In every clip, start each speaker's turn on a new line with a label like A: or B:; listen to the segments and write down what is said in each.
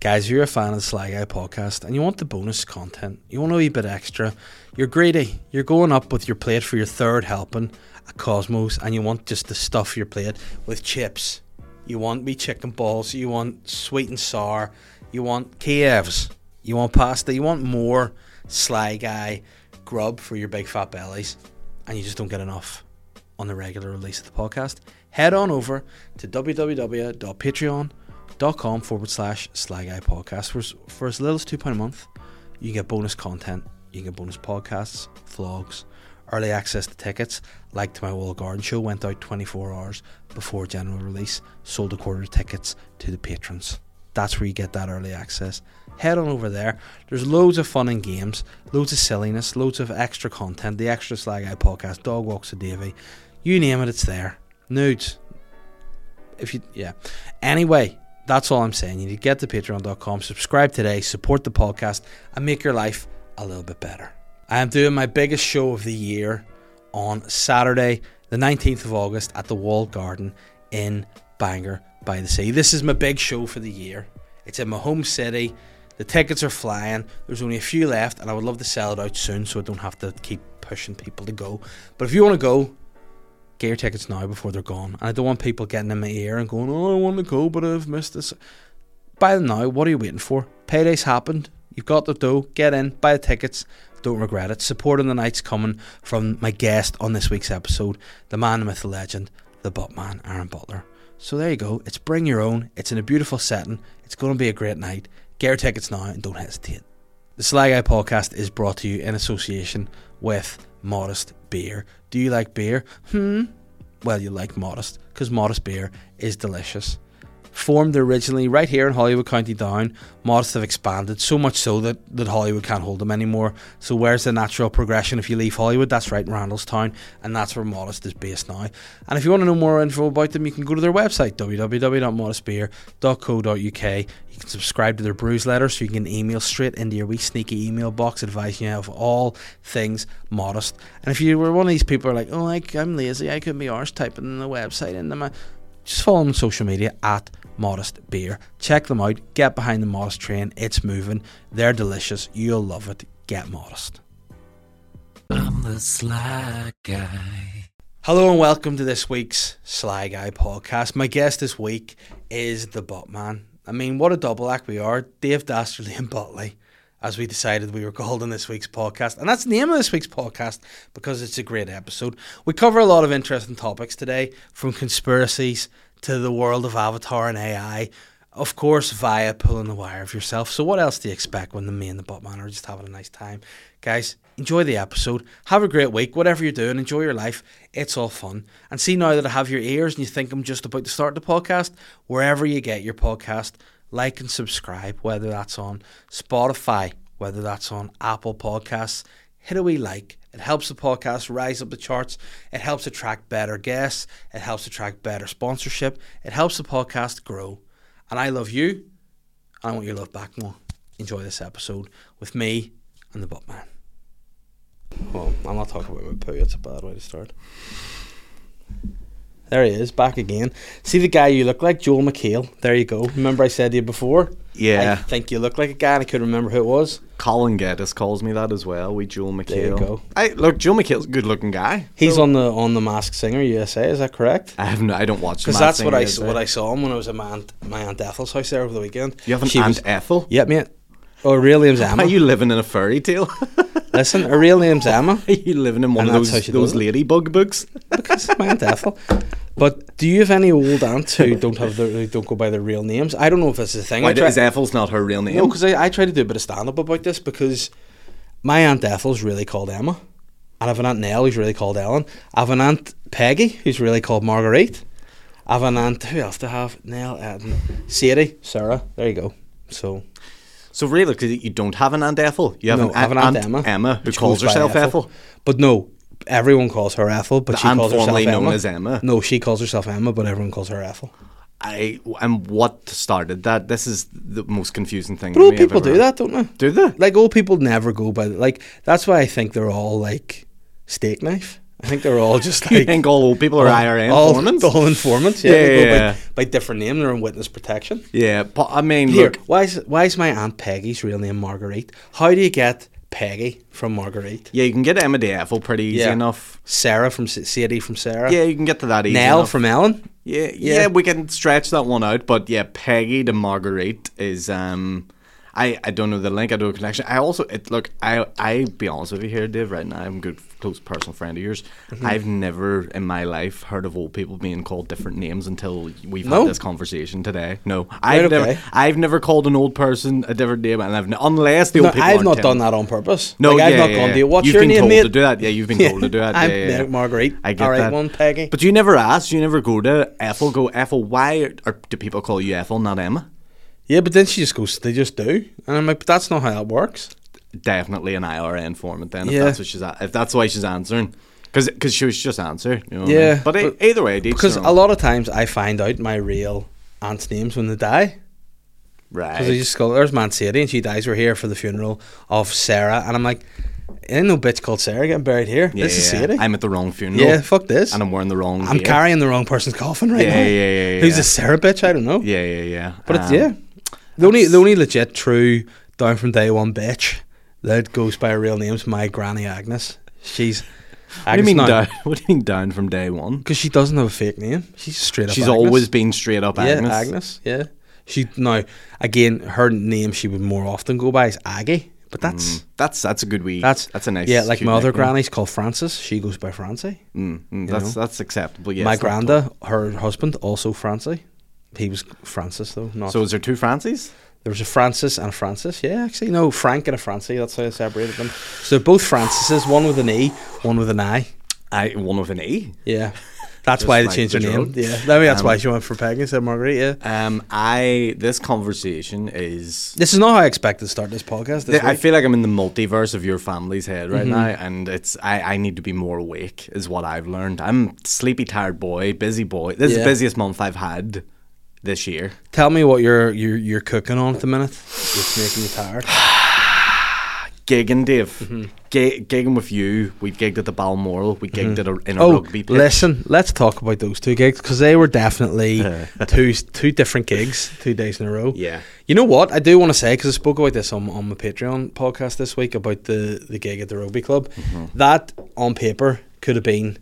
A: Guys, if you're a fan of the Sly Guy podcast and you want the bonus content, you want a wee bit extra, you're greedy, you're going up with your plate for your third helping at Cosmos, and you want just to stuff your plate with chips. You want me chicken balls, you want sweet and sour, you want Kievs, you want pasta, you want more Sly Guy grub for your big fat bellies, and you just don't get enough on the regular release of the podcast, head on over to www.patreon.com forward slash Sly Guy Podcast. For, as- for as little as £2 a month, you can get bonus content, you can get bonus podcasts, vlogs, early access to tickets, like to my Wall Garden show, went out 24 hours before general release, sold a quarter of tickets to the patrons. That's where you get that early access. Head on over there. There's loads of fun and games, loads of silliness, loads of extra content. The Extra Slag Eye podcast, Dog Walks with Davy, you name it, it's there. Nudes. If you, yeah. Anyway, that's all I'm saying. You need to get to patreon.com, subscribe today, support the podcast, and make your life a little bit better. I am doing my biggest show of the year on Saturday, the 19th of August, at the Walled Garden in Bangor by the Sea. This is my big show for the year. It's in my home city. The tickets are flying. There's only a few left, and I would love to sell it out soon so I don't have to keep pushing people to go. But if you want to go, get your tickets now before they're gone. And I don't want people getting in my ear and going, oh, I want to go, but I've missed this. Buy them now. What are you waiting for? Payday's happened. You've got the dough. Get in, buy the tickets. Don't regret it. Supporting the night's coming from my guest on this week's episode, the man, the myth, the legend, the Buttman, Aaron Butler. So there you go. It's bring your own. It's in a beautiful setting. It's going to be a great night. Get your tickets now and don't hesitate. The Slag Eye podcast is brought to you in association with Modest Beer. Do you like beer? Hmm. Well, you like Modest because Modest Beer is delicious. Formed originally right here in Hollywood County Down, Modest have expanded so much so that, that Hollywood can't hold them anymore. So, where's the natural progression if you leave Hollywood? That's right, Randallstown, and that's where Modest is based now. And if you want to know more info about them, you can go to their website, www.modestbeer.co.uk. You can subscribe to their brews letter so you can email straight into your wee sneaky email box advising you of all things modest. And if you were one of these people who are like, oh, I, I'm lazy, I couldn't be arsed typing in the website into my. Just follow them on social media at Modest Beer. Check them out. Get behind the Modest train. It's moving. They're delicious. You'll love it. Get modest.
B: I'm the slack guy.
A: Hello and welcome to this week's Sly Guy podcast. My guest this week is the Buttman. I mean, what a double act we are, Dave Dastardly and Butley, as we decided we were called on this week's podcast. And that's the name of this week's podcast because it's a great episode. We cover a lot of interesting topics today, from conspiracies to the world of Avatar and AI. Of course, via pulling the wire of yourself. So, what else do you expect when the me and the Buttman are just having a nice time? Guys, enjoy the episode. Have a great week. Whatever you're doing, enjoy your life. It's all fun. And see now that I have your ears and you think I'm just about to start the podcast, wherever you get your podcast, like and subscribe, whether that's on Spotify, whether that's on Apple Podcasts. Hit a wee like. It helps the podcast rise up the charts. It helps attract better guests. It helps attract better sponsorship. It helps the podcast grow. And I love you. I want your love back more. Enjoy this episode with me and the Buttman. Well, I'm not talking about my poo. It's a bad way to start. There he is, back again. See the guy you look like, Joel McHale. There you go. Remember I said to you before? I
C: Yeah.
A: think you look like a guy, and I couldn't remember who it was.
C: Colin Geddes calls me that as well. We Joel McHale.
A: you go.
C: I look, Joel McHale's a good looking guy.
A: He's
C: So-
A: on the on the Mask Singer USA. Is that correct?
C: I have no. I don't watch.
A: Because
C: Mad
A: that's what
C: Singer
A: I
C: USA.
A: what I saw him when I was at my aunt, my aunt Ethel's house there over the weekend.
C: You have an
A: She
C: aunt
A: was-
C: Ethel.
A: Yeah, mate. Oh, Or real name's Emma.
C: Are you living in a fairy tale?
A: Listen, her real name's Emma.
C: Are you living in one
A: And
C: of
A: that's how
C: those
A: she
C: those
A: does it.
C: ladybug books?
A: Because it's my aunt Ethel. But do you have any old aunts who don't have their, who don't go by their real names? I don't know if this is a thing.
C: Why
A: I try-
C: is Ethel's not her real name?
A: No, because I, I try to do a bit of stand up about this because my aunt Ethel's really called Emma. I have an aunt Nell who's really called Ellen. I have an aunt Peggy who's really called Marguerite. I have an aunt who else to have Nell, Eden, Sadie, Sarah. There you go. So
C: so really, 'cause you don't have an aunt Ethel. You have,
A: no,
C: an,
A: I have an aunt, Emma,
C: who
A: which
C: calls
A: goes by
C: herself Ethel.
A: But no, everyone calls her Ethel, but
C: The
A: she
C: aunt
A: calls herself
C: formerly known
A: Emma.
C: as Emma.
A: No, she calls herself Emma, but everyone calls her Ethel.
C: I and what started that? This is the most confusing thing.
A: But
C: to
A: old
C: me I've
A: people
C: ever
A: do
C: heard.
A: that, don't they?
C: Do they?
A: Like old people never go by the, like that's why I think they're all like steak knife. I think they were all just
C: You
A: like
C: think all old people are IRA
A: all,
C: informants?
A: all informants. Yeah,
C: Yeah,
A: they go
C: yeah,
A: by-
C: yeah.
A: By, different name, they're in witness protection.
C: Yeah, but I mean,
A: Here,
C: look,
A: why is why is my aunt Peggy's real name Marguerite? How do you get Peggy from Marguerite?
C: yeah, you can get Emma Devil pretty easy
A: Yeah.
C: enough.
A: Sarah from S- Sadie from Sarah.
C: Yeah, you can get to that easy
A: Nell
C: enough.
A: from Ellen.
C: Yeah,
A: Yeah.
C: yeah, we can stretch that one out, but yeah, Peggy to Marguerite is um I, I don't know the link, I don't know the connection. I also it look, I I be honest with you here, Dave, right now I'm a good close personal friend of yours.
A: Mm-hmm.
C: I've never in my life heard of old people being called different names until we've
A: No?
C: had this conversation today. No. I've
A: okay.
C: never I've never called an old person a different name and I've n- unless the
A: No,
C: old people
A: I've
C: aren't
A: not
C: telling
A: done
C: me.
A: that on purpose.
C: No,
A: like,
C: yeah,
A: I've not
C: yeah,
A: gone
C: yeah.
A: to you. What's
C: You've
A: your
C: been
A: name,
C: told
A: mate?
C: to do that. Yeah, you've been told to do that.
A: I'm
C: Yeah, yeah, yeah.
A: Marguerite.
C: I get
A: All right,
C: that.
A: one Peggy.
C: But you never ask. You never go to Ethel. Go Ethel. Why are, are, do people call you Ethel, not Emma?
A: yeah, but then she just goes. They just do, and I'm like, but that's not how that works.
C: Definitely an IRA informant. Then, if
A: Yeah.
C: that's what she's a- if that's why she's answering, because she was just answering. You know what I
A: Yeah,
C: mean? But, e-
A: but-
C: either way, it each
A: Because
C: their
A: a
C: own.
A: lot of times I find out my real aunt's names when they die. Because I
C: right.
A: just go, there's Man City, and she dies. We're here for the funeral of Sarah. And I'm like, ain't no bitch called Sarah getting buried here.
C: Yeah,
A: this is
C: yeah.
A: Sadie.
C: I'm at the wrong funeral.
A: yeah, fuck this.
C: and
A: I'm,
C: I'm wearing the wrong. gear.
A: carrying the wrong person's coffin right
C: Yeah,
A: now.
C: yeah, yeah, yeah,
A: Who's
C: yeah.
A: this Sarah bitch? I don't know.
C: Yeah, yeah, yeah.
A: But it's,
C: Um,
A: yeah. The only, the only legit true down from day one bitch that goes by her real name's my granny Agnes. She's.
C: What do you
A: Agnes
C: mean down? What do you mean down from day one?
A: Because she doesn't have a fake name. She's straight up
C: She's
A: Agnes.
C: always been straight up Agnes.
A: Yeah, Agnes. Yeah. She now again her name she would more often go by is Aggie, but that's
C: That's that's a good wee.
A: that's
C: Mm. that's a nice.
A: yeah. Like
C: cute
A: my other
C: nickname.
A: granny's called Frances. She goes by Francie.
C: Mm, mm, that's
A: know?
C: that's acceptable. Yeah,
A: my
C: it's not
A: granda, her husband, also Francie. He was Francis though.
C: tall.
A: Not
C: So is there two Francies?
A: there was a Francis and a Francis. Yeah, actually, no Frank and a Francie. That's how I separated them. So they're both Francises, one with an E, one with an I.
C: I one with an E.
A: Yeah, that's
C: Just
A: why they
C: like
A: changed her
C: the
A: name.
C: drug.
A: Yeah, maybe that's
C: Um,
A: why she went for Peggy instead of Marguerite. Yeah,
C: Um, I this conversation is.
A: this is not how I expected to start this podcast. This
C: I
A: week. Mm-hmm.
C: feel like I'm in the multiverse of your family's head right now, and it's I, I need to be more awake is what I've learned. I'm sleepy, tired boy, busy boy. This is
A: Yeah.
C: the busiest month I've had this year.
A: Tell me what you're you're, you're cooking on at the minute. It's making you tired.
C: Gigging, Dave,
A: Mm-hmm.
C: Gi- gigging with you. We gigged at the Balmoral. We gigged at a, in a
A: Oh,
C: rugby pitch.
A: listen, let's talk about those two gigs because they were definitely two two different gigs, two days in a row.
C: Yeah.
A: You know what? I do want to say because I spoke about this on on my Patreon podcast this week about the the gig at the rugby club.
C: Mm-hmm.
A: That on paper could have been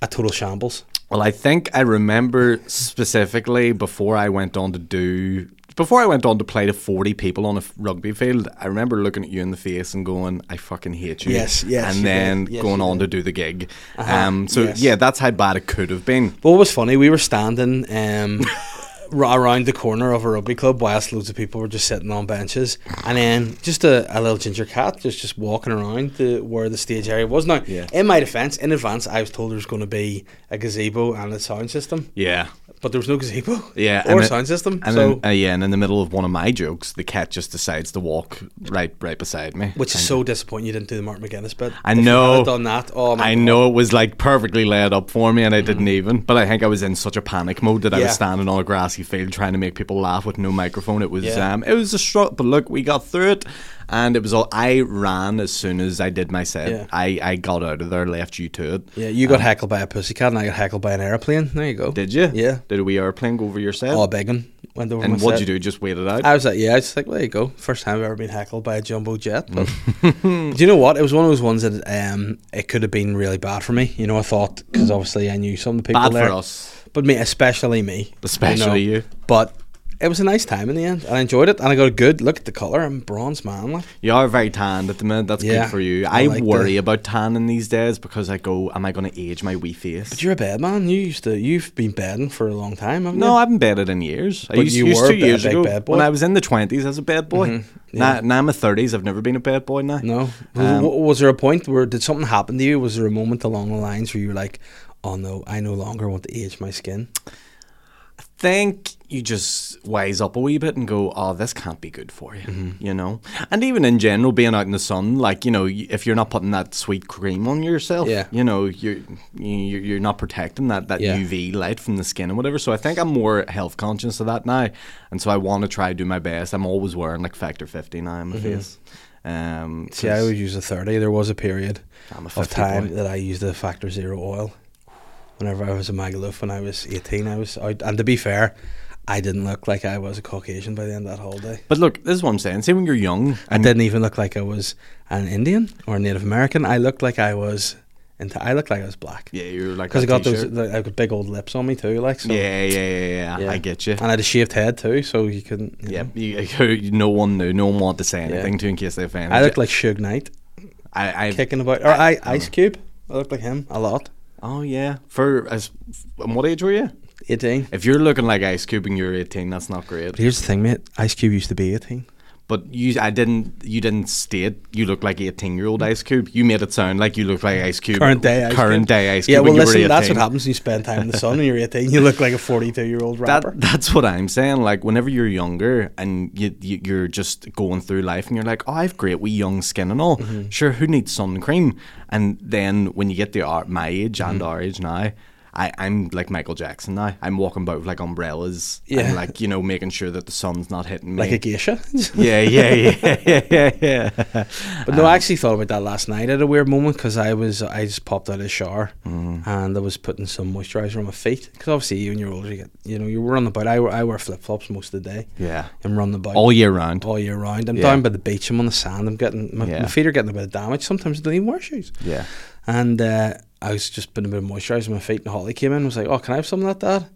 A: a total shambles.
C: Well, I think I remember specifically before I went on to do before I went on to play to 40 people on a f- rugby field, I remember looking at you in the face and going, "I fucking hate you."
A: Yes, yes, you
C: And then
A: did. Yes,
C: going
A: you
C: on
A: did.
C: to do the gig.
A: Uh-huh,
C: Um so
A: yes.
C: yeah, that's how bad it could have been.
A: But what was funny, we were standing um, ra- around the corner of a rugby club whilst loads of people were just sitting on benches. And then just a, a little ginger cat just, just walking around to where the stage area was. Now,
C: Yeah.
A: in my defence, in advance, I was told there was going to be a gazebo and a sound system.
C: Yeah.
A: But there was no gazebo
C: Yeah,
A: or
C: and it-
A: sound system.
C: And
A: so,
C: then uh, yeah, and in the middle of one of my jokes, the cat just decides to walk right right beside me.
A: which is
C: And-
A: so disappointing you didn't do the Martin McGuinness bit.
C: I
A: If you
C: know.
A: had done that. Oh, my
C: I
A: God.
C: know it was like perfectly laid up for me, and I didn't even. But I think I was in such a panic mode that I
A: Mm-hmm. Yeah.
C: was standing on a grassy field trying to make people laugh with no microphone. It was
A: Yeah.
C: um, it was a struggle, but look, we got through it, and it was all. I ran as soon as I did my set.
A: Yeah.
C: I I got out of there, left you to it.
A: Yeah, you got heckled by a pussycat and I got heckled by an airplane. There you go.
C: Did you?
A: Yeah.
C: Did we airplane go over your set?
A: Oh, big one. Went over
C: and
A: my
C: what'd
A: set.
C: you do? Just wait it out.
A: I was like, yeah, I was like, well, there you go. First time I've ever been heckled by a jumbo jet. But do you know what? It was one of those ones that um, it could have been really bad for me. You know, I thought because obviously I knew some of the people
C: Bad
A: there,
C: for us,
A: but me, especially me,
C: especially you.
A: But it was a nice time in the end. I enjoyed it, and I got a good look at the color. I'm bronze man, like.
C: You are very tanned at the minute. That's
A: Yeah,
C: good for you.
A: I
C: I,
A: like
C: worry
A: the-
C: about tanning these days because I go, am I going to age my wee face?
A: But you're a bed man. You used to. You've been bedding for a long time, haven't
C: No,
A: you?
C: I haven't bedded in years. I
A: But
C: used,
A: you
C: used
A: were
C: to
A: a big-
C: years
A: big
C: ago.
A: bad boy. Mm-hmm.
C: When I was in the twenties, I was a bad boy. now, now I'm in my thirties. I've never been a bad boy now.
A: No.
C: Um,
A: W was there a point where did something happen to you? Was there a moment along the lines where you were like, "Oh no, I no longer want to age my skin"?
C: think you just wise up a wee bit and go, oh, this can't be good for you,
A: Mm-hmm.
C: you know? And even in general, being out in the sun, like, you know, y- if you're not putting that sweet cream on yourself,
A: Yeah.
C: you know, you're, you- you're not protecting that, that
A: Yeah.
C: UV light from the skin and whatever. So I think I'm more health conscious of that now. And so I want to try to do my best. I'm always wearing like factor 50 now on my face. Um,
A: Mm-hmm. See, I
C: 'cause-
A: always use a 30. There was a period
C: I'm a
A: of
C: 50
A: time
C: boy.
A: that I used the Factor Zero oil. Whenever I was a Magaluf when I was 18, I was out. And to be fair, I didn't look like I was a Caucasian by the end of that holiday.
C: But look, this is what I'm saying. Say when you're young,
A: I didn't even look like I was an Indian or Native American. I looked like I was. Into, I looked like I was black.
C: yeah, you're like
A: Because I
C: that
A: got those
C: t-shirt.
A: like, I got big old lips on me too, like so.
C: yeah, yeah, yeah, yeah,
A: Yeah.
C: I get you.
A: And I had a shaved head too, so you couldn't. you
C: Yeah,
A: know.
C: you, you- no one knew. No one wanted to say
A: Yeah.
C: anything to in case they offended.
A: I
C: you.
A: looked like Suge Knight
C: I, I
A: kicking about, or
C: Ah.
A: I, Ice Cube. I looked like him a lot.
C: oh yeah. For as, um, what age were you?
A: 18.
C: If you're looking like Ice Cube and you're 18, that's not
A: But
C: great.
A: here's the thing, mate. Ice Cube used to be 18.
C: But you, I didn't. You didn't state you look like 18 year old Ice Cube. You made it sound like you look like Ice Cube.
A: Current day Ice
C: current
A: Cube.
C: day Ice Cube.
A: Yeah, well,
C: when you were
A: listen, that's what
C: 18.
A: happens when you spend time in the sun when you're 18. You look like a 42 year old rapper.
C: That, that's what I'm saying. Like whenever you're younger and you, you you're just going through life and you're like, oh, I've great wee young skin and all.
A: Mm-hmm.
C: Sure, who needs sun cream? And then when you get to our, my age and
A: Mm-hmm.
C: our age now. I, I'm like Michael Jackson now. I'm walking about with like umbrellas
A: Yeah.
C: and like, you know, making sure that the sun's not hitting me.
A: like a geisha.
C: yeah, yeah, yeah, yeah, yeah, yeah.
A: But no, I actually thought about that last night at a weird moment because I was I just popped out of the shower
C: Mm.
A: and I was putting some moisturizer on my feet because obviously you when you're older you get you know you were on the boat. I, I wear flip flops most of the day.
C: Yeah.
A: I'm running the boat
C: All year round.
A: all year round. I'm
C: Yeah.
A: down by the beach. I'm on the sand. I'm getting my,
C: Yeah.
A: my feet are getting a bit of damage. Sometimes I don't even wear shoes.
C: Yeah.
A: And uh, I was just putting a bit of moisturizer on my feet, and Holly came in and was like, "Oh, can I have some of that, Dad?"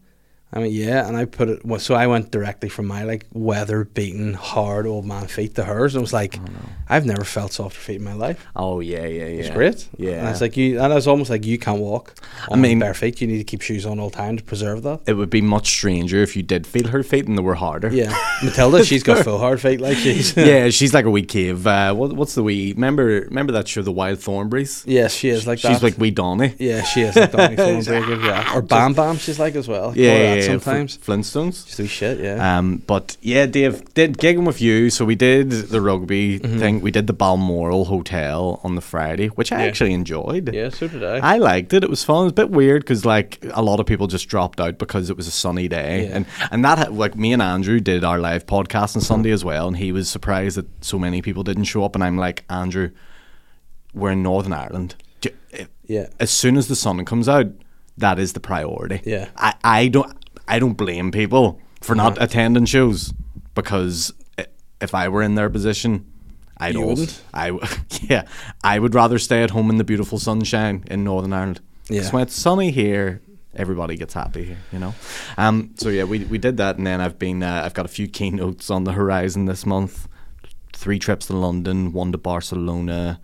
A: I went, "Yeah," and I put it. Well, so I went directly from my like weather beaten hard old man feet to hers, and was like, "I've never felt softer feet in my life.
C: Oh yeah, yeah, yeah.
A: It's great." and
C: Yeah.
A: I was like, "You," and I was almost like, "You can't walk. I
C: I
A: mean,
C: mean-
A: bare feet. You need to keep shoes on all the time to preserve that."
C: it would be much stranger if you did feel her feet and they were harder.
A: Yeah, Matilda, she's got full hard feet, like she's
C: yeah, she's like a wee cave. Uh, what, what's the wee? Remember, remember that show, The Wild Thornberrys?
A: yeah, she is like
C: she's
A: that.
C: like wee Donny.
A: yeah, she is like Donny Thornberg, yeah, or Bam Bam. She's like as well.
C: Yeah,
A: All
C: yeah,
A: that
C: yeah, Fl-
A: sometimes
C: Flintstones.
A: just do shit. Yeah,
C: uh, Um, but yeah, Dave did gigging with you. So we did the rugby thing. We did the Balmoral Hotel on the Friday, which I
A: Yeah.
C: actually enjoyed.
A: yeah, so did I.
C: I liked it. It was fun. It was a bit weird because like a lot of people just dropped out because it was a sunny day,
A: Yeah.
C: and and that had- like me and Andrew did our live podcast on Sunday as well, and he was surprised that so many people didn't show up, and I'm like Andrew, we're in Northern Ireland. Do- eh,
A: Yeah.
C: As soon as the sun comes out, that is the priority.
A: Yeah. Uh-huh.
C: I, I don't I don't blame people for not attending shows because i- if I were in their position. I'd
A: You
C: als-
A: wouldn't?
C: I w- yeah, I would rather stay at home in the beautiful sunshine in Northern Ireland. 'Cause
A: Yeah.
C: when it's sunny here, everybody gets happy here, you know. Um, so yeah, we, we did that, and then I've been uh, I've got a few keynotes on the horizon this month. Three trips to London, one to Barcelona,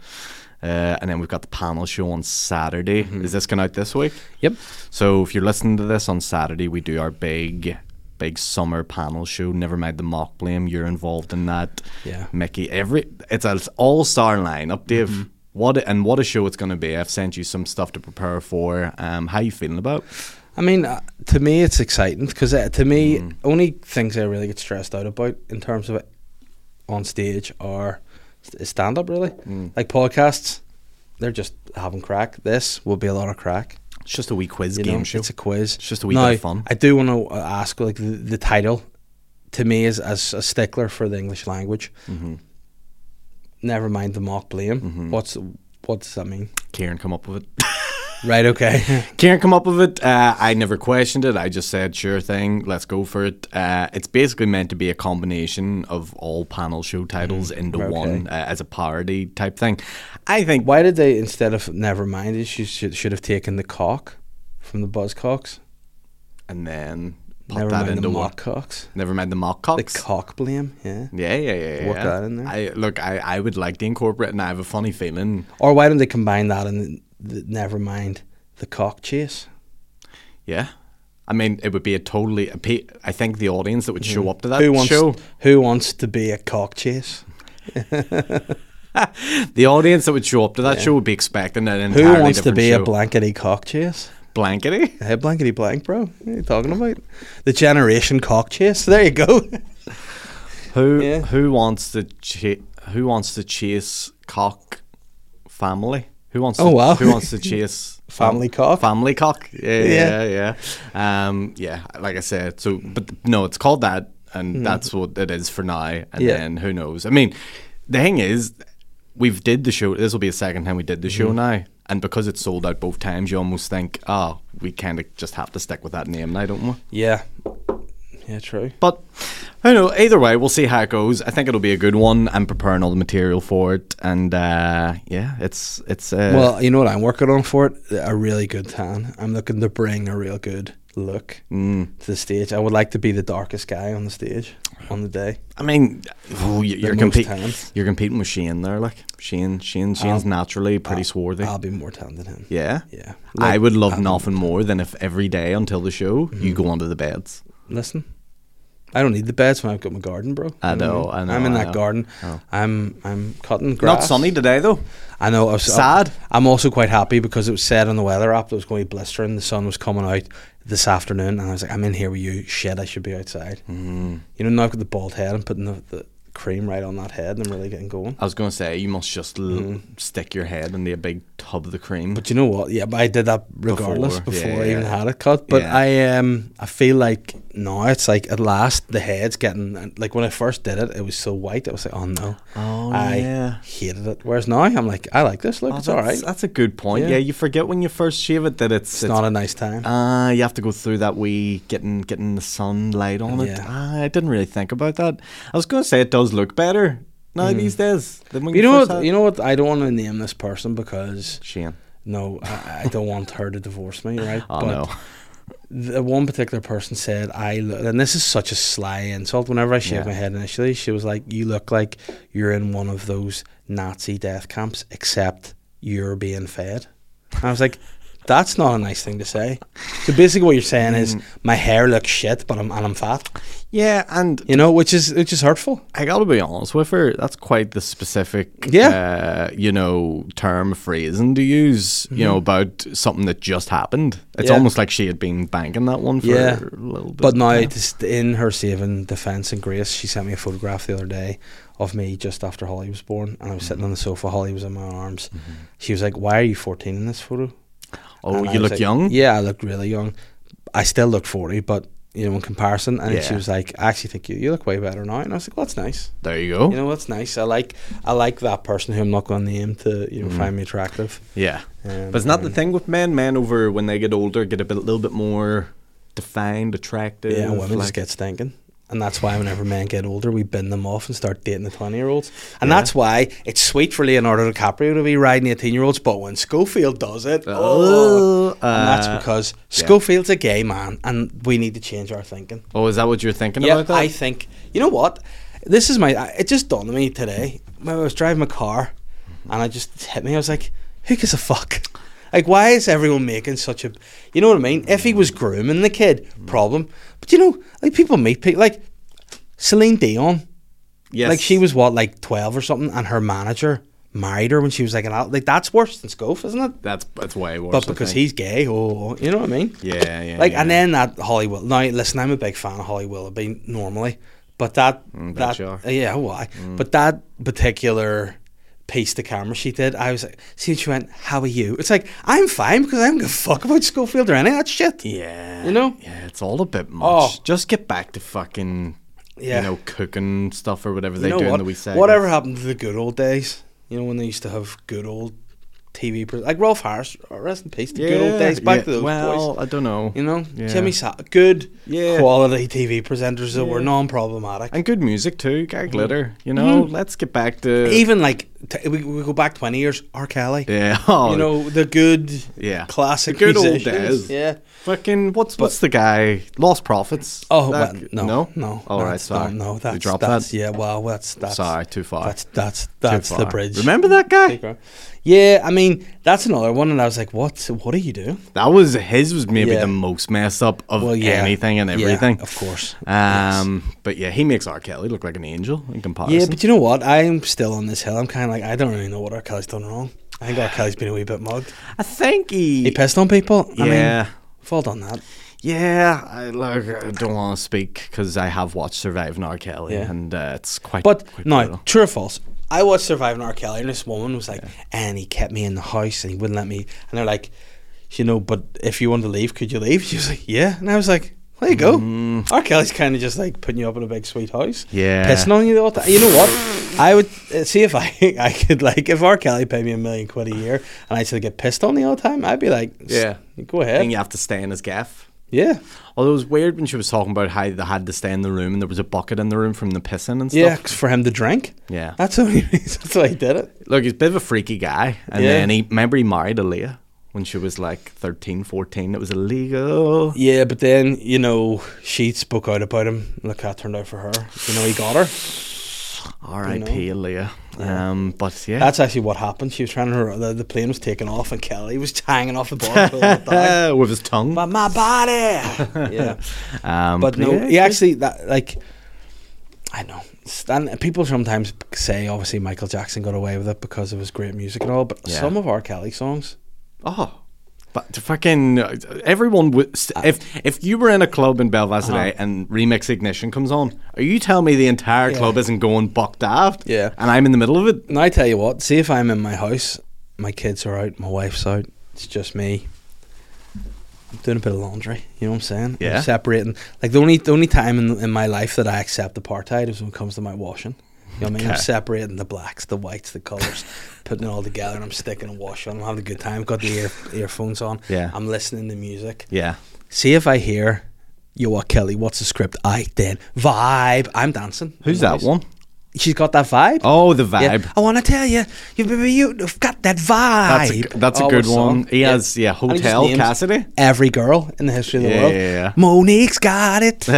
C: uh, and then we've got the panel show on Saturday. Is this going out this week?
A: Yep.
C: So if you're listening to this on Saturday, we do our big, big summer panel show. Never mind the mock blame. You're involved in that.
A: Yeah.
C: Mickey. Every it's an all star lineup, Dave.
A: Mm-hmm.
C: What and what a show it's going to be. I've sent you some stuff to prepare for. Um, how you feeling about?
A: I mean, uh, to me, it's exciting because uh, to me,
C: Mm.
A: only things I really get stressed out about in terms of it on stage are stand up, really.
C: Mm.
A: Like podcasts, they're just having crack. This will be a lot of crack.
C: It's just a wee quiz
A: You
C: game
A: know,
C: show.
A: it's a quiz.
C: It's just a wee
A: Now,
C: bit of fun.
A: I do want to ask, like, the, the title to me is as a stickler for the English language.
C: Mm-hmm.
A: Never mind the mock blame. What's what does that mean?
C: Kieran, come up with it.
A: Right. Okay.
C: Kieran come up with it. Uh, I never questioned it. I just said, sure thing, let's go for it. Uh, it's basically meant to be a combination of all panel show titles into
A: Mm-hmm. Okay.
C: one uh, as a parody type thing. I think.
A: Why did they instead of never mind? She should, should have taken the cock from the buzzcocks.
C: And then pop
A: Never
C: that
A: mind the
C: into one.
A: mock cocks.
C: Never mind the mock
A: The
C: cocks.
A: cock blame, yeah.
C: yeah, yeah, yeah.
A: Work
C: yeah.
A: that in there.
C: I, look, I, I would like to incorporate, it, and I have a funny feeling.
A: Or why don't they combine that and the, never mind the cock chase?
C: Yeah. I mean, it would be a totally. a pe- I think the audience that would show up Hmm. to that
A: who wants
C: show,
A: who wants to be a cock chase?
C: the audience that would show up to that show would be expecting an
A: Who
C: entirely
A: wants to
C: different
A: be a
C: show.
A: blankety cock chase?
C: Blankety.
A: Hey, blankety blank, bro. What are you talking about? The generation cock chase. There you go.
C: Who
A: Yeah.
C: who wants to cha- who wants to chase cock family? Who wants?
A: Oh,
C: to,
A: wow.
C: Who wants to chase
A: Family cock?
C: Family cock. Yeah,
A: Yeah.
C: yeah, yeah, Um, yeah. Like I said, so but no, it's called that, and that's what it is for now. And
A: Hmm. Yeah.
C: then who knows? I mean, the thing is, we've did the show. This will be the second time we did the
A: Hmm.
C: show now. And because it's sold out both times, you almost think, oh, we kind of just have to stick with that name now, don't we?
A: yeah. Yeah, true.
C: But I don't know. Either way, we'll see how it goes. I think it'll be a good one. I'm preparing all the material for it, and uh, yeah, it's it's. Uh,
A: Well, you know what I'm working on for it? A really good tan. I'm looking to bring a real good look
C: Mm.
A: to the stage. I would like to be the darkest guy on the stage on the day.
C: I mean, oh, you- you're
A: most
C: competing.
A: talent.
C: You're competing with Shane there, like Shane. Shane. Shane's naturally pretty swarthy.
A: I'll be more tan than him.
C: yeah.
A: Yeah. um,
C: I would love nothing more than if every day until the show
A: Mm-hmm.
C: you go onto the beds.
A: Listen, I don't need the beds when I've got my garden, bro.
C: I
A: You what
C: know, I know,
A: I'm in
C: I
A: that
C: know.
A: garden.
C: Oh.
A: I'm I'm cutting grass.
C: Not sunny today though.
A: I know. I was,
C: Sad.
A: I'm also quite happy because it was said on the weather app that it was going to be blistering. The sun was coming out this afternoon, and I was like, I'm in here with you. Shit, I should be outside.
C: Hmm.
A: Mm. You know, now I've got the bald head. I'm putting the, the cream right on that head, and I'm really getting going.
C: I was gonna say you must just l- stick your head in the big tub of the cream.
A: Mm-hmm. But you know what? Yeah, but I did that regardless
C: Before,
A: before,
C: yeah,
A: I even
C: yeah.
A: had it cut. But
C: Yeah.
A: I um I feel like now it's like at last the head's getting like when I first did it, it was so white. I was like, oh no,
C: Oh,
A: I
C: yeah.
A: hated it. Whereas now I'm like, I like this look.
C: Oh,
A: it's all
C: that's,
A: right.
C: That's a good point.
A: Yeah.
C: Yeah. you forget when you first shave it that it's,
A: It's not a nice time.
C: Ah, you have to go through that wee getting getting the sunlight on it.
A: Yeah.
C: Ah, I didn't really think about that. I was going to say it does look better now these days than when
A: Mm. you
C: you,
A: know
C: first
A: what?
C: had-
A: You know what? I don't want to name this person because
C: Shane.
A: no, I, I don't want her to divorce me, right?
C: Oh no.
A: the one particular person said, "I look," and this is such a sly insult. Whenever I shaved my
C: Yeah.
A: head initially, she was like, "You look like you're in one of those Nazi death camps, except you're being fed." And I was like, "That's not a nice thing to say." So basically, what you're saying
C: Mm.
A: is my hair looks shit, but I'm and I'm fat.
C: Yeah, and
A: You know, which is which is hurtful.
C: I got to be honest with her. That's quite the specific,
A: Yeah.
C: uh, you know, term phrasing to use. You know, about something that just happened. It's
A: Mm-hmm. Yeah.
C: almost like she had been banking that one for
A: Yeah.
C: a little bit.
A: But now,
C: Yeah.
A: to st- in her saving defence and grace, she sent me a photograph the other day of me just after Holly was born, and I was
C: Mm-hmm.
A: sitting on the sofa. Holly was in my arms. She was like, "Why are you 14 in this photo?"
C: oh,
A: And I
C: you
A: was
C: look
A: like,
C: young.
A: Yeah, I look really young. I still look 40, but you know, in comparison. And then she
C: Yeah.
A: was like, "I actually think you, you look way better now." And I was like, "Well, that's nice.
C: There you go.
A: You know, that's nice. I like I like that person who I'm not going to name to you know
C: Mm-hmm.
A: find me attractive."
C: Yeah.
A: Um,
C: but it's not the
A: and-
C: thing with men. Men over when they get older get a bit, little bit more defined, attractive.
A: Yeah, women
C: like-
A: just get stinking. And that's why whenever men get older, we bin them off and start dating the 20 year olds. And that's why it's sweet for Leonardo DiCaprio to be riding 18 year olds, but when Schofield does it, oh,
C: Oh,
A: and that's
C: uh,
A: because Schofield's a gay man and we need to change our thinking.
C: Oh, is that what you're thinking
A: Yeah,
C: about? That?
A: I think, you know what? This is my, I- it just dawned on me today. When I was driving my car and it just hit me. I was like, who gives a fuck? Like, why is everyone making such a, you know what I mean? If he was grooming the kid, problem. But you know, like people meet people, like Celine Dion.
C: yes.
A: Like she was what, like 12 or something, and her manager married her when she was like an adult. Like that's worse than scoff, isn't it?
C: That's that's way worse.
A: But
C: I
A: because
C: think.
A: he's gay, oh, you know what I mean?
C: Yeah, yeah.
A: Like
C: yeah.
A: and then that Holly Will. Now listen, I'm a big fan of Holly Willoughby normally, but that
C: Mm, bet
A: that
C: you are. Mm.
A: yeah, why? But that particular piece to camera she did, I was like, see, she went, "How are you?" It's like I'm fine because I don't give a fuck about Schofield or any of that shit.
C: Yeah.
A: You know?
C: Yeah, it's all a bit much.
A: Oh.
C: Just get back to fucking,
A: Yeah.
C: you know, cooking stuff or whatever
A: You
C: they
A: know
C: do in
A: what?
C: the wee segments.
A: Whatever happened to the good old days? You know when they used to have good old TV, pres- like Rolf Harris, rest in peace. The
C: Yeah,
A: good old days, back
C: yeah.
A: to those
C: well,
A: boys.
C: I don't know.
A: You know,
C: yeah.
A: Jimmy Sa- good
C: Yeah.
A: quality TV presenters that were non-problematic.
C: and good music too. Gag glitter. You know, let's get back to
A: Mm-hmm. even like t- we, we go back 20 years r kelly
C: yeah. Oh,
A: you know the good
C: yeah.
A: classic
C: The good old
A: musicians.
C: days.
A: yeah
C: Fucking what's what's the guy? Lost Profits.
A: oh
C: That-
A: well, no
C: no,
A: no
C: All right,
A: that's-
C: sorry.
A: no
C: We
A: that's,
C: dropped
A: that's
C: that?
A: yeah well that's that's
C: sorry, too far.
A: that's that's
C: Too
A: that's the
C: far.
A: bridge
C: Remember that guy?
A: yeah i mean that's another one and i was like what what are you doing
C: That was his was maybe
A: Yeah.
C: the most messed up of
A: well yeah
C: anything and
A: Yeah,
C: everything.
A: of course
C: Um, but yeah, he makes R. Kelly look like an angel in
A: yeah
C: comparison.
A: but you know what i'm still on this hill i'm kind of like i don't really know what r kelly's done wrong I think R. Kelly's been a wee bit mugged.
C: I think he.
A: He pissed on people. I
C: yeah.
A: mean, fault on that.
C: yeah, I, look, I don't want to speak because I have watched Surviving R. Kelly
A: Yeah.
C: and uh, it's quite.
A: But
C: quite
A: no,
C: brutal.
A: true or false? I watched Surviving R. Kelly, and this woman was like, and he kept me in the house, and he wouldn't let me. And they're like, you know, but if you wanted to leave, could you leave? She was like, yeah. And I was like, there you go. R. Kelly's kind of just like putting you up in a big sweet house,
C: Mm. Yeah.
A: pissing on you all the time. You know what? I would uh, see if I I could like if R. Kelly paid me a million quid a year, and I should get pissed on the all the time. I'd be like, "S-
C: Yeah.
A: go
C: I
A: ahead,
C: think you have to stay in his gaff.
A: yeah,
C: Although it was weird when she was talking about how they had to stay in the room and there was a bucket in the room from the pissing and stuff.
A: yeah, 'cause for him to drink.
C: Yeah.
A: That's the only reason- that's why he did it.
C: Look, he's a bit of a freaky guy. And
A: Yeah.
C: then he, remember he married Aaliyah when she was like 13, 14. It was illegal.
A: Yeah, but then you know she spoke out about him. Look how it turned out for her. You know he got her.
C: R.I.P. Aaliyah.
A: Yeah.
C: Um, but yeah.
A: That's actually what happened. She was trying to. The, the plane was taken off, and Kelly was hanging off the bar. pulling it down.
C: Uh, with his tongue.
A: but my body. Yeah,
C: Um,
A: but no,
C: yeah,
A: he actually that like. I know. And people sometimes say, obviously, Michael Jackson got away with it because it was great music and all. But
C: Yeah.
A: some of our Kelly songs,
C: Oh, but to fucking everyone would.
A: Uh,
C: If if you were in a club in Belfast
A: Uh-huh.
C: today and Remix Ignition comes on, are you telling me the entire
A: Yeah.
C: club isn't going buck daft?
A: Yeah.
C: and I'm in the middle of it.
A: And I tell you what, see if I'm in my house, my kids are out, my wife's out, it's just me. I'm doing a bit of laundry, you know what I'm saying?
C: Yeah.
A: I'm separating. Like the only the only time in, in my life that I accept apartheid is when it comes to my washing. You know what I mean? I'm
C: Okay.
A: separating the blacks, the whites, the colours, putting it all together, and I'm sticking a wash on. I'm having a good time. Got the ear, earphones on.
C: Yeah.
A: I'm listening to music.
C: Yeah,
A: See if I hear, yo, what, Kelly, what's the script? I then vibe. I'm dancing.
C: who's
A: I'm
C: that
A: dancing.
C: one?
A: She's got that vibe.
C: Oh, the
A: Yeah.
C: vibe.
A: I want to tell you, you, you've got that
C: That's a,
A: vibe.
C: g- that's a
A: Oh,
C: good
A: what song?
C: one. He has yeah,
A: And he just
C: Hotel
A: names
C: Cassidy.
A: Every girl in the history of the
C: Yeah,
A: world.
C: yeah, yeah.
A: Monique's got it.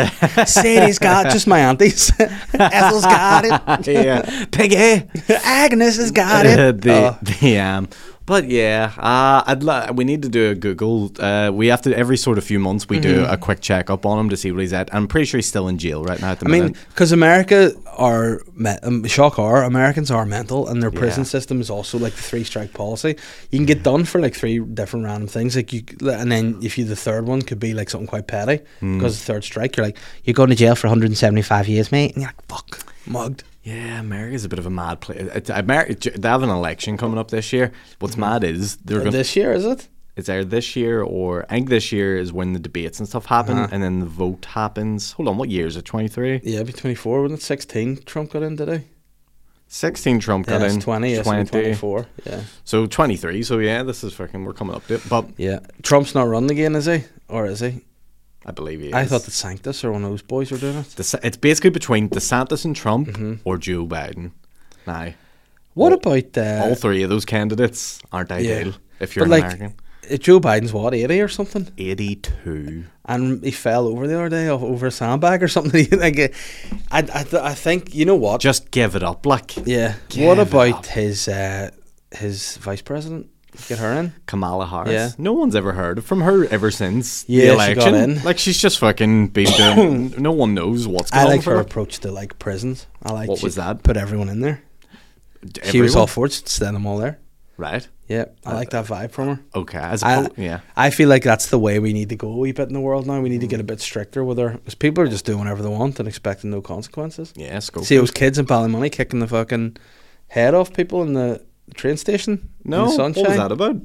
A: Sadie's got just my aunties. Ethel's got it.
C: yeah, Peggy.
A: Agnes has got
C: Uh,
A: it.
C: the
A: Oh,
C: the um, but yeah, uh, I'd lo- we need to do a Google. Uh, we have to every sort of few months we
A: Mm-hmm.
C: do a quick checkup on him to see what he's at. I'm pretty sure he's still in jail right now at the
A: I mean,
C: moment.
A: because America are me- um, shock are Americans are mental, and their prison
C: Yeah.
A: system is also like the three strike policy. You can get done for like three different random things, like you, and then if you the third one could be like something quite petty
C: Hmm.
A: because the third strike, you're like you're going to jail for 175 years, mate, and you're like fuck, mugged.
C: yeah, America's a bit of a mad place. It's, America, j- they have an election coming up this year. What's
A: Mm-hmm.
C: mad is they're going.
A: This year is it?
C: It's either this year or I think this year is when the debates and stuff happen,
A: Uh-huh.
C: and then the vote happens. Hold on, what year is it? 23?
A: Yeah, it'd be 24 wasn't it 16 Trump got in today.
C: 16 Trump
A: Yeah,
C: got
A: it's
C: in.
A: 20, yeah, so it'd be 24. Yeah,
C: So 23. So yeah, this is fucking. We're coming up to it, but
A: yeah. Trump's not running again, is he? Or is he?
C: I believe he. Is.
A: I thought that Sanctus or one of those boys were doing it.
C: Desa- it's basically between DeSantis and Trump
A: Mm-hmm.
C: or Joe Biden. Now,
A: What
C: All-
A: about uh,
C: all three of those candidates aren't ideal if you're
A: but
C: an
A: like,
C: American.
A: uh, Joe Biden's what eighty or something,
C: 82.
A: and he fell over the other day off, over a sandbag or something. like, uh, I, I, th- I think you know what?
C: Just give it up, like
A: yeah.
C: Give
A: what
C: it
A: about
C: up.
A: his uh, his vice president? Get her in.
C: Kamala Harris.
A: Yeah.
C: No one's ever heard from her ever since the
A: Yeah, she
C: election.
A: got in.
C: Like she's just fucking been doing. no one knows what's going
A: I like
C: on. for
A: her approach to like prisons. I like
C: What
A: she
C: was that?
A: Put everyone in there.
C: Everyone.
A: She was all for it. Send them all there.
C: right.
A: Yeah, I like that vibe from her.
C: Okay. As
A: I,
C: oppo- yeah.
A: I feel like that's the way we need to go a wee bit in the world now. We need to
C: Mm.
A: get a bit stricter with her because people are just doing whatever they want and expecting no consequences.
C: Yeah. Scope.
A: See those kids in Ballymoney kicking the fucking head off people in the train station? in
C: no.
A: the
C: What
A: sunshine.
C: was that about?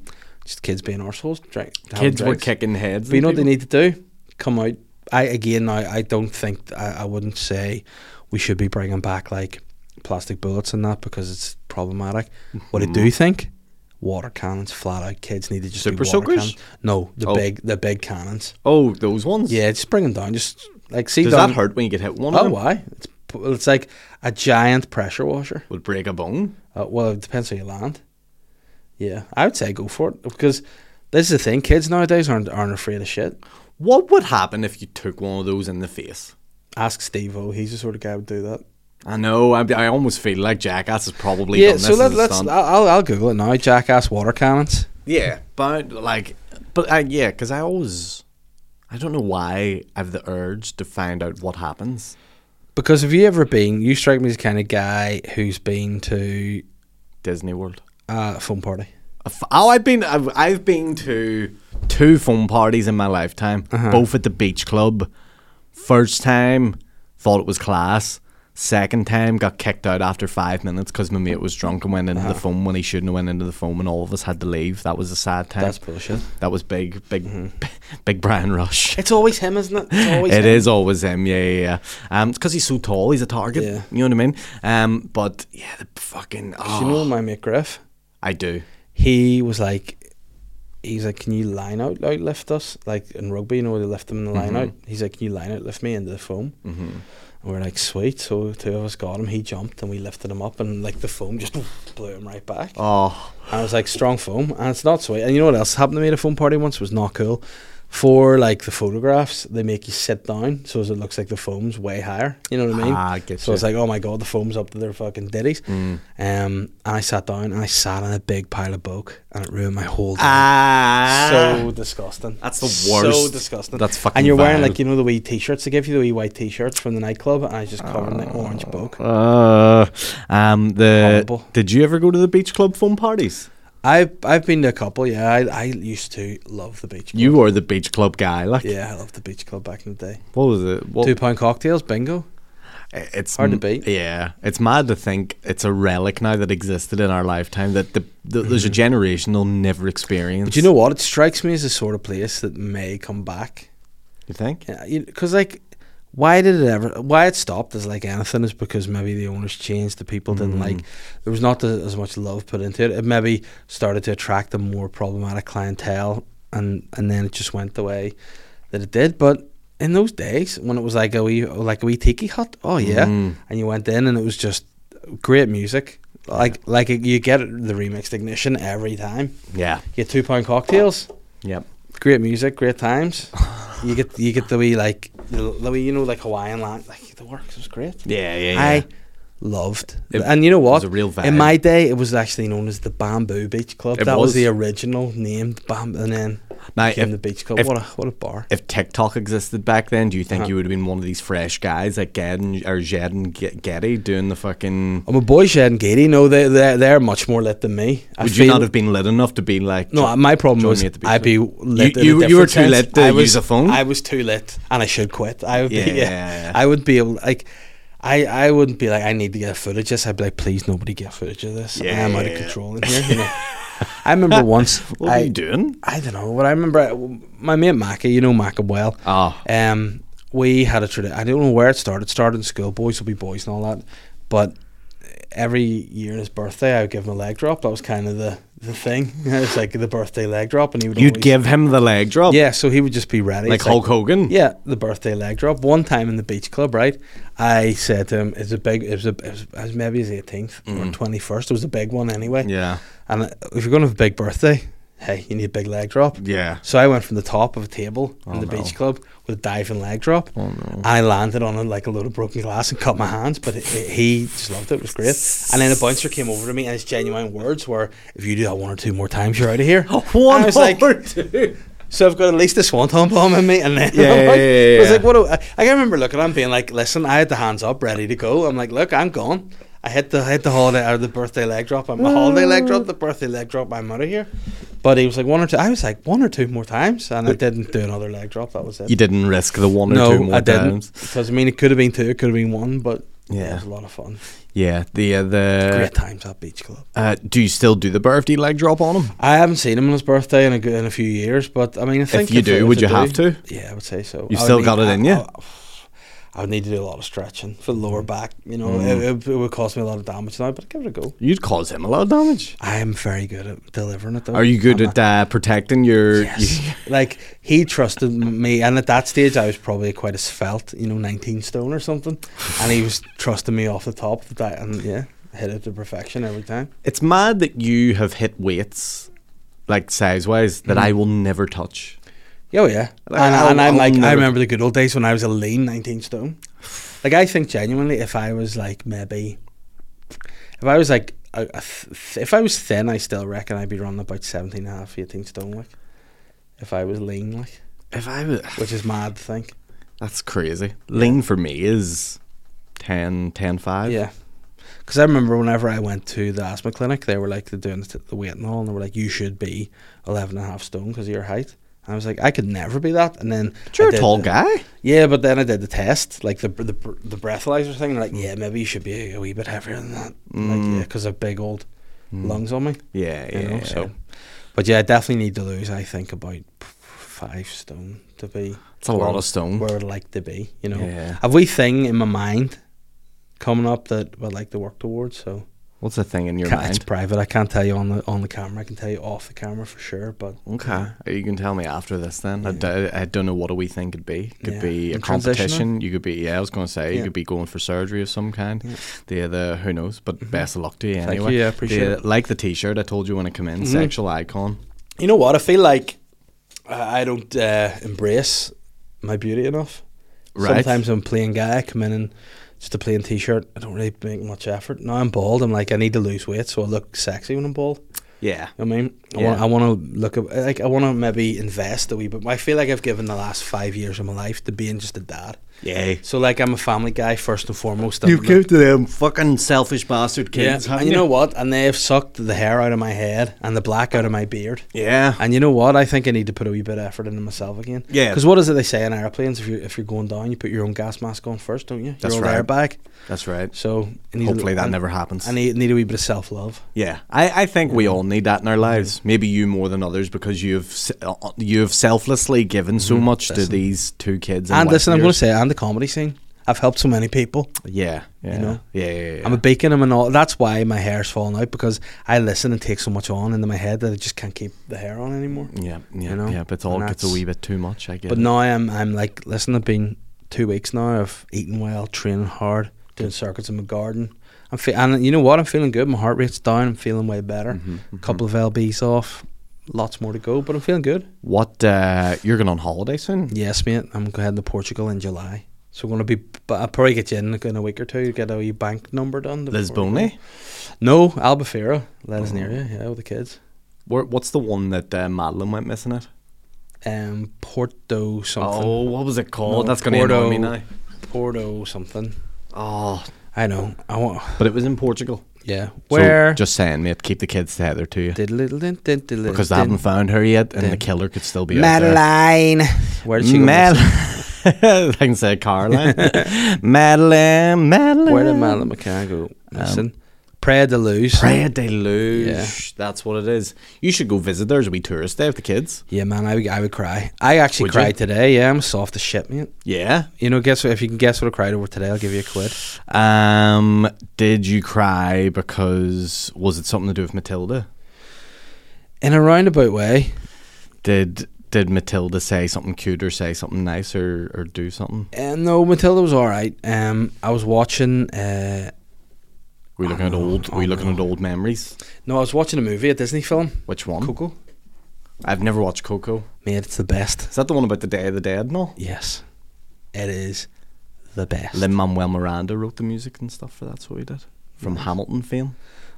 A: Just kids being arseholes. Drink, having
C: Kids were
A: drinks.
C: kicking heads.
A: But you
C: in
A: know what they
C: people.
A: need to do? Come out. I again, now I don't think I, I wouldn't say we should be bringing back like plastic bullets and that because it's problematic. What I do think, water cannons, flat out. Kids need to just
C: Mm-hmm. Super
A: be water
C: soakers?
A: cannons. No, the
C: Oh.
A: big, the big cannons.
C: Oh, those ones.
A: Yeah, just bring them down. Just like see
C: Does
A: down-
C: that hurt when you get hit? One of
A: Oh,
C: them
A: why? It's p- it's like a giant pressure washer.
C: would break a bone.
A: Uh, well, it depends how you land. Yeah, I would say go for it because this is the thing. Kids nowadays aren't aren't afraid of shit.
C: What would happen if you took one of those in the face?
A: Ask Steve O. He's the sort of guy who would do that.
C: I know. I, I almost feel like Jackass has probably
A: yeah,
C: done this
A: so let,
C: as a
A: let's. I'll,
C: stunt.
A: I'll I'll Google it now. Jackass water cannons.
C: yeah, but like, but I, yeah, because I always, I don't know why I have the urge to find out what happens.
A: Because have you ever been? You strike me as the kind of guy who's been to
C: Disney World.
A: a phone party.
C: F- Oh, I've been I've, I've been to two phone parties in my lifetime,
A: Uh-huh.
C: both at the beach club. First time, thought it was class. Second time, got kicked out after five minutes because my mate was drunk and went into
A: Uh-huh.
C: the phone when he shouldn't have went into the phone, and all of us had to leave. That was a sad time.
A: That's bullshit.
C: that was big, big, big Brian Rush.
A: It's always him, isn't it? It's always
C: It
A: him.
C: is always him, yeah, yeah, yeah. Um, it's because he's so tall, he's a target.
A: Yeah.
C: You know what I mean? Um, but yeah, the fucking. Oh,
A: Do you know my mate Griff?
C: I do.
A: He was like, he's like, can you line out, like lift us? Like in rugby, you know, they lift them in the line out. He's like, can you line out, lift me into the foam? Mm-hmm. And we're like, sweet. So two of us got him. He jumped and we lifted him up, and like the foam just blew him right back.
C: Oh,
A: And I was like, strong foam, and it's not sweet. And you know what else happened to me at a foam party once was not cool. For like the photographs, they make you sit down so as it looks like the foam's way higher. You know what I mean?
C: Ah, I get
A: so it's
C: you.
A: like, oh my god, the foam's up to their fucking ditties.
C: Mm.
A: Um, and I sat down and I sat on a big pile of bulk and it ruined my whole day.
C: ah,
A: so disgusting.
C: That's the
A: So
C: worst.
A: disgusting.
C: That's fucking
A: And you're wearing
C: vile.
A: like you know the wee t-shirts they give you, the wee white t-shirts from the nightclub, and I was just covered in like
C: Ah.
A: orange bulk.
C: Uh, um, the
A: Horrible.
C: did you ever go to the beach club phone parties?
A: I've I've been to a couple. Yeah, I, I used to love the beach. Club.
C: You were the beach club guy. Like,
A: Yeah, I loved the beach club back in the day.
C: what was it? What,
A: Two pound cocktails, bingo.
C: it's
A: hard to
C: m-
A: beat.
C: Yeah, it's mad to think it's a relic now that existed in our lifetime that the, the, there's a generation they'll never experience.
A: Mm-hmm. But you know what? It strikes me as the sort of place that may come back.
C: you think?
A: Because like, why did it ever? Why it stopped is like anything is because maybe the owners changed. The people didn't like. There was not the, as much love put into it. It maybe started to attract a more problematic clientele, and and then it just went the way that it did. But in those days when it was like a wee like a wee tiki hut, oh yeah, and you went in and it was just great music. Like like you get the remixed ignition every time.
C: Yeah.
A: You get two pound cocktails
C: Yep.
A: great music, great times. you get you get the wee like the, the wee you know like Hawaiian land like the works was great.
C: Yeah, yeah, yeah.
A: I loved,
C: It
A: and you know what?
C: was a real
A: In
C: vibe.
A: my day, it was actually known as the Bamboo Beach Club.
C: It
A: that was.
C: was.
A: the original name, Bam, and then
C: Now,
A: became
C: if-
A: the Beach Club.
C: if-
A: what a what a bar!
C: if TikTok existed back then, do you think
A: Uh-huh.
C: you would have been one of these fresh guys like Ged and, or Jed and Ge- Getty doing the fucking?
A: Oh, my boy Shed and Gady, no, they they they're much more lit than me. I
C: Would you
A: feel-
C: not have been lit enough to be like?
A: No, my problem
C: join
A: was
C: me at the beach
A: I'd be
C: club?
A: lit. in
C: You-
A: a
C: you- you were
A: different
C: too
A: sense.
C: lit to
A: I was-
C: use a phone?
A: I was too lit, and I should quit. I would be.
C: Yeah,
A: Yeah,
C: yeah, yeah.
A: I would be able. Like, I I wouldn't be like I need to get footage. of This I'd be like, please, nobody get footage of this.
C: Yeah,
A: I'm
C: yeah,
A: out of
C: yeah.
A: control in here. You know? I remember once.
C: what
A: I,
C: are you doing?
A: I don't know, but I remember I- my mate Macca, you know Macca well.
C: Oh.
A: Um, we had a tradition. I don't know where it started. It started in school. Boys will be boys and all that. But every year on his birthday, I would give him a leg drop. That was kind of the, the thing. it was like the birthday leg drop, and he would.
C: You'd
A: always-
C: give him the leg drop,
A: Yeah, so he would just be ready.
C: like
A: It's
C: Hulk Hogan.
A: yeah, the birthday leg drop. One time in the beach club, right? I said to him, "It's a big. It was, a, it was, it was maybe his eighteenth or twenty first. It was a big one anyway.
C: Mm. yeah,
A: And uh, if you're going to have a big birthday, hey, you need a big leg drop.
C: yeah.
A: So I went from the top of a table in
C: Oh,
A: the
C: no.
A: beach club with a diving leg drop.
C: Oh no.
A: I landed on it like a load of broken glass and cut my hands, but it, it- he just loved it. It was great. And then a bouncer came over to me and his genuine words were, "If you do that one or two more times, you're out of here."
C: One
A: I was like,
C: over two.
A: so I've got at least a swanton bomb in me, and then
C: Yeah,
A: I'm like,
C: yeah, yeah,
A: I was
C: yeah.
A: like, what? Do I, I can remember looking. at him being like, listen, I had the hands up, ready to go. I'm like, look, I'm gone. I hit the hit the holiday or the birthday leg drop. I'm a holiday leg drop, the birthday leg drop. I'm out of here. But he was like one or two. I was like one or two more times, and I didn't do another leg drop. That was it.
C: You didn't risk the one or
A: no,
C: two more
A: I didn't.
C: times.
A: Because I mean, it could have been two, it could have been one, but yeah, it
C: Yeah.
A: was a lot of fun.
C: Yeah, the uh, the.
A: Great times at beach club.
C: Uh, do you still do the birthday leg drop on him?
A: I haven't seen him on his birthday in a good, in a few years, but I mean, I think
C: you do,
A: I-
C: would
A: I
C: you have to?
A: Yeah, I would say so.
C: You've
A: I would
C: still got it in you?
A: I, I would need to do a lot of stretching for the lower back. You know, it, it, it would cause me a lot of damage now, but I'd give it a go.
C: You'd cause him a lot of damage.
A: I am very good at delivering it. though.
C: Are you good
A: I'm
C: at uh, protecting your?
A: Yes. like he trusted m- me, and at that stage, I was probably quite a svelte, you know, nineteen stone or something, and he was trusting me off the top of that, and yeah, hit it to perfection every time.
C: It's mad that you have hit weights, like size wise, that
A: Mm.
C: I will never touch.
A: Yeah, oh yeah,
C: Like,
A: and,
C: I'll-
A: and I'm
C: I'll
A: like, I
C: never-
A: remember the good old days when I was a lean nineteen stone. Like I think genuinely, if I was like maybe, if I was like. A, a th- if I was thin, I still reckon I'd be running about 17 and a half, 18 stone. Like, if I was lean, like,
C: If I was,
A: which is mad to think.
C: that's crazy. Lean for me is 10, 10, 5.
A: Yeah. Because I remember whenever I went to the asthma clinic, they were like, they're doing the, t- the weight and all, and they were like, you should be 11 and a half stone because of your height. And I was like, I could never be that. And then
C: But You're
A: I
C: a
A: did
C: tall
A: the-
C: guy.
A: Yeah, but then I did the test, like the the the breathalyzer thing. And like, yeah, maybe you should be a wee bit heavier than that. Like, yeah, because of big old lungs on me.
C: Yeah, Mm. yeah.
A: You know, so. But yeah, I definitely need to lose. I think about five stone to be
C: it's a lot of stone.
A: where I'd like to be. You know,
C: Mm. Yeah.
A: I've wee thing in my mind coming up that I'd like to work towards. So
C: What's the thing in your
A: Ca- it's
C: mind?
A: private. I can't tell you on the on the camera. I can tell you off the camera for sure. But
C: Okay, Oh, you can tell me after this then. I d- I, don't know what a wee thing could be. Could
A: Yeah.
C: be a
A: And transitional?
C: competition. You could be. Yeah, I was going to say you
A: Yeah.
C: could be going for surgery of some kind. The other, who knows? But best of luck to Mm-hmm. you
A: Thank
C: anyway.
A: you, yeah, appreciate
C: The-
A: it.
C: Like the T-shirt I told you when I come in, sexual icon.
A: you know what? I feel like uh, I don't uh, embrace my beauty enough.
C: Right.
A: Sometimes I'm playing guy. I come in and just a plain t-shirt. I don't really make much effort. Now I'm bald. I'm like I need to lose weight so I look sexy when I'm bald.
C: Yeah.
A: I mean, I
C: Yeah.
A: want I want to look at like I want to maybe invest a wee bit. I feel like I've given the last five years of my life to being just a dad.
C: Yay.
A: So like I'm a family guy first and foremost. I'm-
C: to them fucking selfish bastard
A: yeah, and you know what? And they've sucked the hair out of my head and the black out of my beard.
C: Yeah.
A: And you know what? I think I need to put a wee bit of effort into myself again.
C: Yeah.
A: Because what is it they say in airplanes? If you're if you're going down, you put your own gas mask on first, don't you?
C: That's
A: your
C: right.
A: old airbag.
C: That's right.
A: So I need a-
C: Hopefully that
A: I-
C: never happens.
A: I need, need a wee bit of self love.
C: Yeah, I, I think we all need that in our lives. Maybe you more than others because you've s- uh, you've selflessly given so much to these two kids.
A: Mm-hmm. And
C: wife
A: listen,
C: of
A: I'm going to
C: yours.
A: say, and the comedy scene. I've helped so many people.
C: yeah, yeah,
A: know?
C: yeah, yeah, yeah.
A: I'm a beacon. I'm an all. That's why my hair's falling out because I listen and take so much on into my head that I just can't keep the hair on anymore.
C: yeah, yeah,
A: you know,
C: yeah. But it all
A: and
C: gets a
A: that's-
C: wee bit too much. I get.
A: But
C: it.
A: now I'm I'm like listen. I've been two weeks now of eating well, training hard, doing circuits in my garden. I'm fe- and you know what? I'm feeling good. My heart rate's down. I'm feeling way better. A couple of lbs off. Lots more to go, but I'm feeling good.
C: what uh, you're going on holiday soon?
A: Yes, mate. I'm going to Portugal in July. So I'm going to be. But I'll probably get you in like, in a week or two. Get a wee bank number done. before we go.
C: Lisbonne.
A: No, Albufeira. That is near you. Yeah, with the kids.
C: Where, what's the one that uh, Madeline went missing at?
A: um, Porto something.
C: Oh, what was it called?
A: No,
C: That's going to annoy me
A: Porto.
C: now.
A: Porto something.
C: Oh,
A: I know. I want.
C: but it was in Portugal.
A: Yeah.
C: So,
A: Where?
C: just saying, mate. Keep the kids tethered to you because
A: Because
C: they haven't found her yet, and the
A: Din.
C: killer could still be out there.
A: Madeline. Where did she go?
C: Mad-
A: missing?
C: I can say Caroline. Madeline, Madeline.
A: Where did Madeline McCann
C: Um,
A: go? Listen. Prayer to lose.
C: Praia de Luz.
A: Yeah.
C: That's what it is. You should go visit there as a wee tourist day with the kids.
A: Yeah, man, I would, I would cry. I actually
C: Would you?
A: cried today. Yeah, I'm soft as shit, mate.
C: Yeah.
A: You know, guess what? If you can guess what I cried over today, I'll give you a quid.
C: Um, did you cry because was it something to do with Matilda?
A: In a roundabout way,
C: Did did Matilda say something cute or say something nice or, or do something?
A: uh, no, Matilda was all right. Um, I was watching. Uh,
C: We looking at
A: no,
C: old
A: oh
C: we looking
A: no.
C: at old memories.
A: no, I was watching a movie, a Disney film,
C: Which one?
A: Coco.
C: I've never watched Coco.
A: Mate, it's the best.
C: Is that the one about the Day of the Dead? No.
A: Yes, it is the best.
C: Lin Manuel Miranda wrote the music and stuff for that, so he did. From Hamilton fame.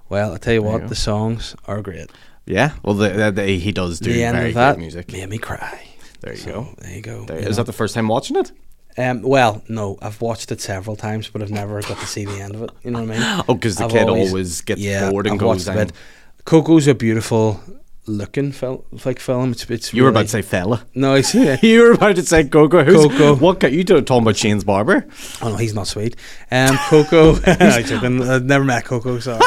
A: well, I tell you
C: There
A: what,
C: you go.
A: the songs are great.
C: Yeah, well, the, the, the, he does do
A: the end
C: very
A: of that
C: good music.
A: made me cry.
C: There you
A: So,
C: go.
A: There you go.
C: There,
A: you
C: is
A: know.
C: that the first time watching it?
A: um, well, no, I've watched it several times, but I've never got to see the end of it. You know what I mean?
C: Oh, because the
A: I've
C: kid always, gets bored and
A: I've
C: goes.
A: watched a
C: And,
A: bit. Coco's a beautiful looking film, like film. It's, it's
C: you were
A: really
C: about to say fella.
A: no, it's, yeah.
C: You were about to say Coco. Who's,
A: Coco.
C: What got you to talking about Shane's barber?
A: Oh no, he's not sweet. Um, Coco, I'm joking. I've never met Coco, sorry.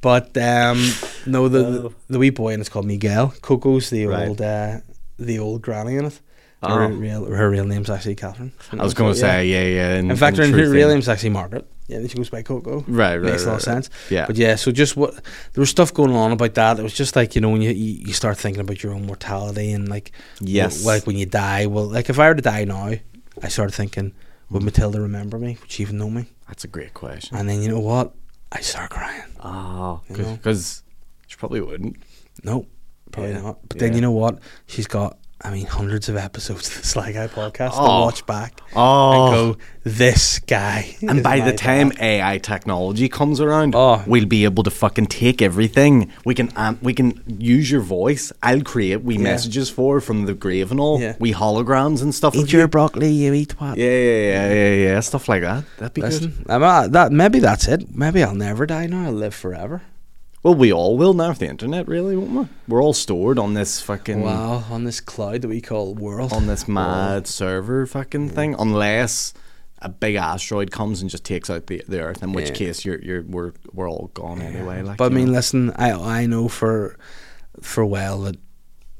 A: but um, no, the, the wee boy and it's called Miguel. Coco's the
C: Right.
A: old uh, the old granny in it.
C: Oh.
A: Her real her real name's actually Catherine.
C: I was going to say, yeah, yeah.
A: In fact, her
C: truth,
A: real
C: yeah.
A: name's actually Margaret. Yeah, and she goes by Coco.
C: Mm, Right, right,
A: Makes a lot
C: right,
A: of
C: right.
A: sense.
C: Yeah.
A: But yeah, so just what there was stuff going on about that. It was just like you know when you you you start thinking about your own mortality and like
C: Yes.
A: w- like when you die. Well, like if I were to die now, I started thinking, would
C: Mm.
A: Matilda remember me? Would she even know me?
C: That's a great question.
A: And then you know what? I start crying.
C: Oh,
A: You know.
C: because she probably wouldn't.
A: No, probably
C: Yeah,
A: not. But then
C: yeah.
A: you know what? She's got I mean, hundreds of episodes of the Sly Guy podcast
C: Oh.
A: to watch back
C: Oh.
A: and go, this guy.
C: And
A: is
C: by
A: my
C: the
A: dad."
C: time AI technology comes around,
A: Oh.
C: we'll be able to fucking take everything. We can um, we can use your voice. I'll create we messages for from the grave and all.
A: Yeah.
C: We holograms and stuff. of
A: eat
C: you.
A: your broccoli, you eat what?
C: yeah, yeah, yeah, yeah, yeah, stuff like that. That'd be good.
A: Listen, I'm, uh, that maybe that's it. Maybe I'll never die. Now I'll live forever.
C: Well, we all will now with the internet, really, won't we? We're all stored on this fucking
A: Wow, on this cloud that we call world.
C: on this mad server fucking thing, unless. A big asteroid comes and just takes out the, the Earth, in which
A: Yeah.
C: case you're you're we're we're all gone anyway. Like,
A: But I
C: you
A: mean,
C: know.
A: listen, I I know for for a while that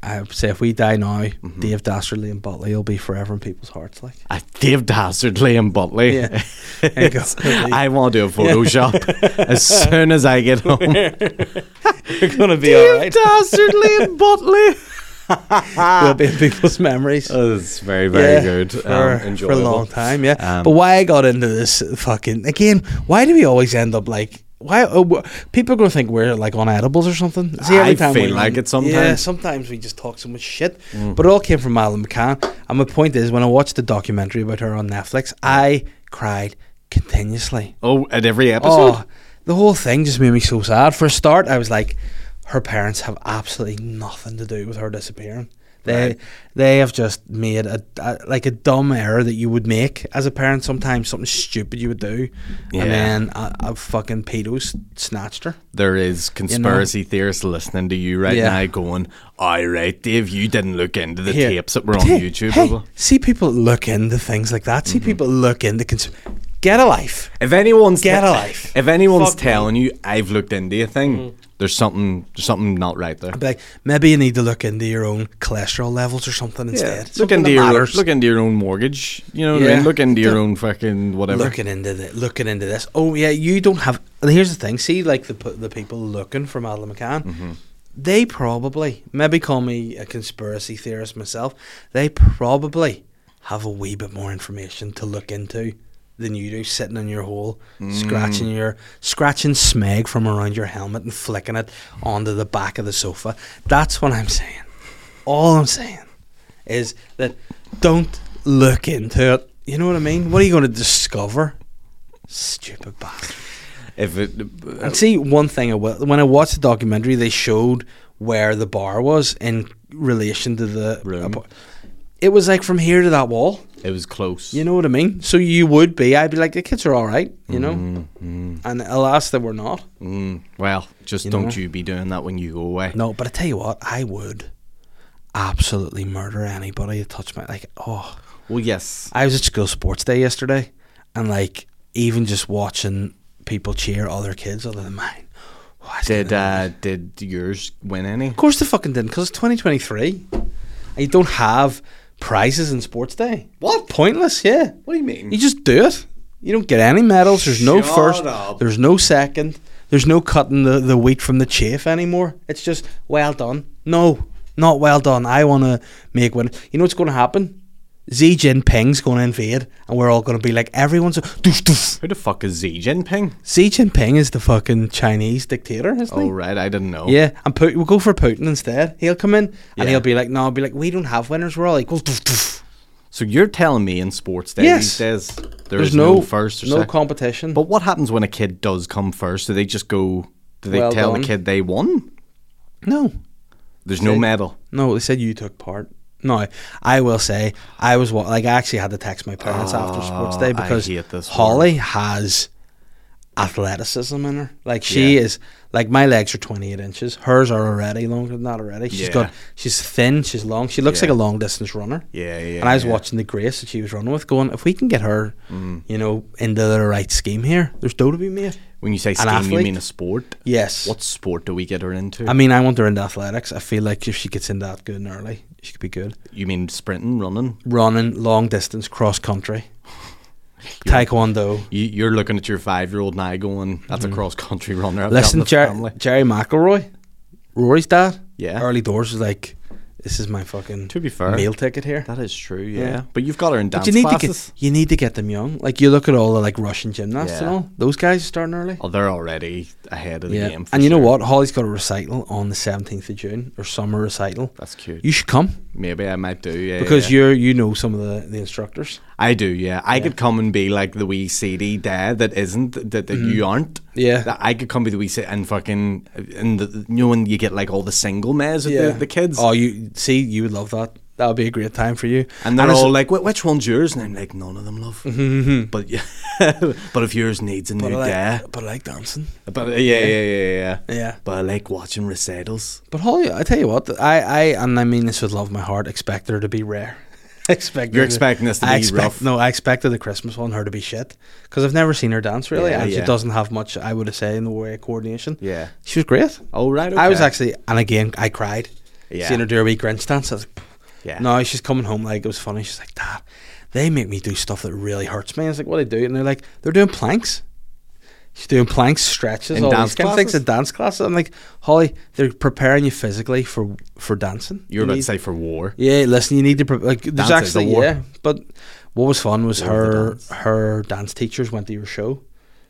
A: I would say if we die now, Dave Dastardly and Butley will be forever in people's hearts. Like,
C: I Dave Dastard, Liam Butley.
A: Yeah. And go-
C: It's- I want to do a Photoshop as soon as I get home.
A: you're gonna be all
C: Dave
A: right.
C: Dastard, Liam Butley.
A: We'll be in people's memories.
C: Oh, that's very, very
A: Yeah,
C: good.
A: for,
C: um,
A: for a
C: enjoyable.
A: long time. Yeah,
C: Um,
A: but why I got into this fucking again? Why do we always end up like? Why oh, wh- people are gonna think we're like on edibles or something?
C: I
A: we-
C: feel like
A: Yeah,
C: it sometimes. Mm.
A: sometimes we just talk so much shit. But it all came from Alan McCann. And my point is, when I watched the documentary about her on Netflix, I cried continuously.
C: Oh, at every episode?
A: Oh, the whole thing just made me so sad. For a start, I was like, her parents have absolutely nothing to do with her disappearing. They
C: Right.
A: they have just made a, a like a dumb error that you would make as a parent sometimes something stupid you would do,
C: Yeah.
A: and then a, a fucking pedo s- snatched her.
C: There is conspiracy theorists listening to you right
A: Yeah.
C: now going, all right, Dave, you didn't look into the
A: Here.
C: tapes that were
A: But
C: on
A: hey,
C: YouTube. Mhm.
A: hey,
C: blah, blah.
A: see people look into things like that. See people look into cons- get a life.
C: If anyone's
A: Get a life.
C: if anyone's
A: Fuck me. Mm.
C: telling you I've looked into a thing, there's something there's something not right there.
A: I'd be like, maybe you need to look into your own cholesterol levels or something instead.
C: Look
A: Something
C: into
A: that
C: your
A: matters.
C: look into your own mortgage. You know what I
A: Yeah.
C: mean? Look into your own fucking whatever.
A: looking into the, looking into this. Oh yeah, you don't have. and Here's the thing. See, like the p- the people looking for Madeline McCann, they probably maybe call me a conspiracy theorist myself. They probably have a wee bit more information to look into than you do, sitting in your hole, scratching your scratching smeg from around your helmet and flicking it onto the back of the sofa. That's what I'm saying. All I'm saying is that don't look into it. You know what I mean? What are you going to discover? Stupid bastard.
C: If it,
A: And see, one thing I will, when I watched the documentary, they showed where the bar was in relation to the
C: Room.
A: apo- It was like from here to that wall.
C: it was close.
A: You know what I mean? So you would be. I'd be like, the kids are all right, you know. And alas, they were not.
C: Mm, well, just
A: You
C: don't
A: know?
C: you be doing that when you go away.
A: No, but I tell you what, I would absolutely murder anybody that touched my like. Oh,
C: Well, yes.
A: I was at school sports day yesterday, and like even just watching people cheer other kids other than mine. oh, I just
C: Did
A: couldn't-
C: uh, did yours win any?
A: of course they fucking didn't, because it's 2023, and you don't have prizes in sports day.
C: What?
A: Pointless, yeah.
C: What do you mean?
A: You just do it. You don't get any medals. There's no
C: Shut
A: first.
C: up.
A: There's no second. There's no cutting the, the wheat from the chaff anymore. It's just well done. No, not well done. I want to make one. You know what's going to happen? Xi Jinping's going to invade, and we're all going to be like everyone's. A, doof, doof.
C: Who the fuck is Xi Jinping?
A: Xi Jinping is the fucking Chinese dictator, isn't
C: Oh
A: he?
C: right, I didn't know.
A: Yeah, and Putin, we'll go for Putin instead. He'll come in
C: Yeah.
A: and he'll be like, "No, I'll be like, we don't have winners. We're all equal." Doof, doof.
C: So you're telling me in sports day
A: Yes.
C: these days
A: There's
C: there's no, first or
A: no
C: second.
A: competition.
C: but what happens when a kid does come first? Do they just go? Do they
A: Well
C: tell
A: done.
C: the kid they won?
A: no,
C: There's no
A: See?
C: medal.
A: No, they said you took part. No, I will say I was wa- like I actually had to text my parents after sports
C: Oh, I
A: day because
C: hate this
A: Holly has athleticism in her. Like she
C: Yeah.
A: is like my legs are 28 inches. Hers are already longer than that already. She's
C: Yeah.
A: got she's thin, she's long. She looks
C: Yeah.
A: like a long distance runner.
C: Yeah, yeah.
A: And I was
C: yeah. Mm.
A: watching the Grace that she was running with, going, if we can get her, you know, into the right scheme here, there's dough to be made.
C: When you say scheme, you
A: athlete?
C: mean a sport?
A: Yes.
C: What sport do we get her into?
A: I mean, I want her into athletics. I feel like if she gets in that good and early, she could be good.
C: you mean sprinting, running?
A: running long distance cross country taekwondo
C: You, you're looking at your five year old now going, that's a cross country runner. I've got
A: Mm-hmm. listen
C: in the
A: Jer-
C: family."
A: jerry mcelroy rory's dad
C: Yeah.
A: early doors was like this is my fucking
C: To be fair,
A: meal ticket here
C: that is true, yeah.
A: Yeah.
C: But you've got her in
A: but
C: dance
A: you need
C: classes.
A: to get you need to get them young like you look at all the like russian gymnasts and
C: Yeah.
A: all those guys are starting early
C: oh, they're already ahead of the
A: yeah
C: game. for
A: and you know
C: sure.
A: what holly's got a recital on the 17th of june or summer recital
C: That's cute.
A: you should come
C: Maybe I might do. Yeah,
A: because
C: yeah.
A: you're you know some of the, the instructors.
C: I do. Yeah, I could come and be like the wee CD dad that isn't that, that you aren't.
A: Mm-hmm. Yeah.
C: That I could come be the wee CD and fucking and the, you know when you get like all the single mares with the, the kids.
A: Oh, you see, you would love that. That would be a great time for you.
C: And they're
A: it's-
C: all like, "Wh- "Which one's yours?" And I'm like, "None of them, love." But yeah, but if yours needs a
A: but I
C: new
A: like,
C: dad,
A: but I like dancing.
C: but uh, yeah, yeah, yeah, yeah, yeah.
A: Yeah.
C: But I like watching recitals.
A: But Holly, I tell you what, I, I and I mean this with love in my heart, expect her to be rare. expect
C: You're
A: her
C: expecting this to
A: I
C: be
A: expect,
C: rough.
A: No, I expected the Christmas one her to be shit because I've never seen her dance really,
C: Yeah,
A: and
C: yeah.
A: she doesn't have much. I would say in the way of coordination.
C: Yeah.
A: she was great.
C: Oh right,
A: I was
C: okay.
A: actually, and again, I cried.
C: Yeah.
A: Seeing her do a wee Grinch dance, I was like,
C: Yeah.
A: No, she's coming home like it was funny. She's like, Dad, they make me do stuff that really hurts me. I was like, What do they do? And they're like, They're doing planks. She's doing planks, stretches,
C: In
A: all
C: dance
A: these kind of things,
C: classes?
A: and dance classes. I'm like, Holly, they're preparing you physically for for dancing.
C: You were about
A: need-
C: to say for war.
A: yeah, listen, you need to pre- like. There's
C: Dance is a
A: actually
C: war.
A: yeah, but what was fun was
C: War of the
A: her
C: dance.
A: her dance teachers went to your show,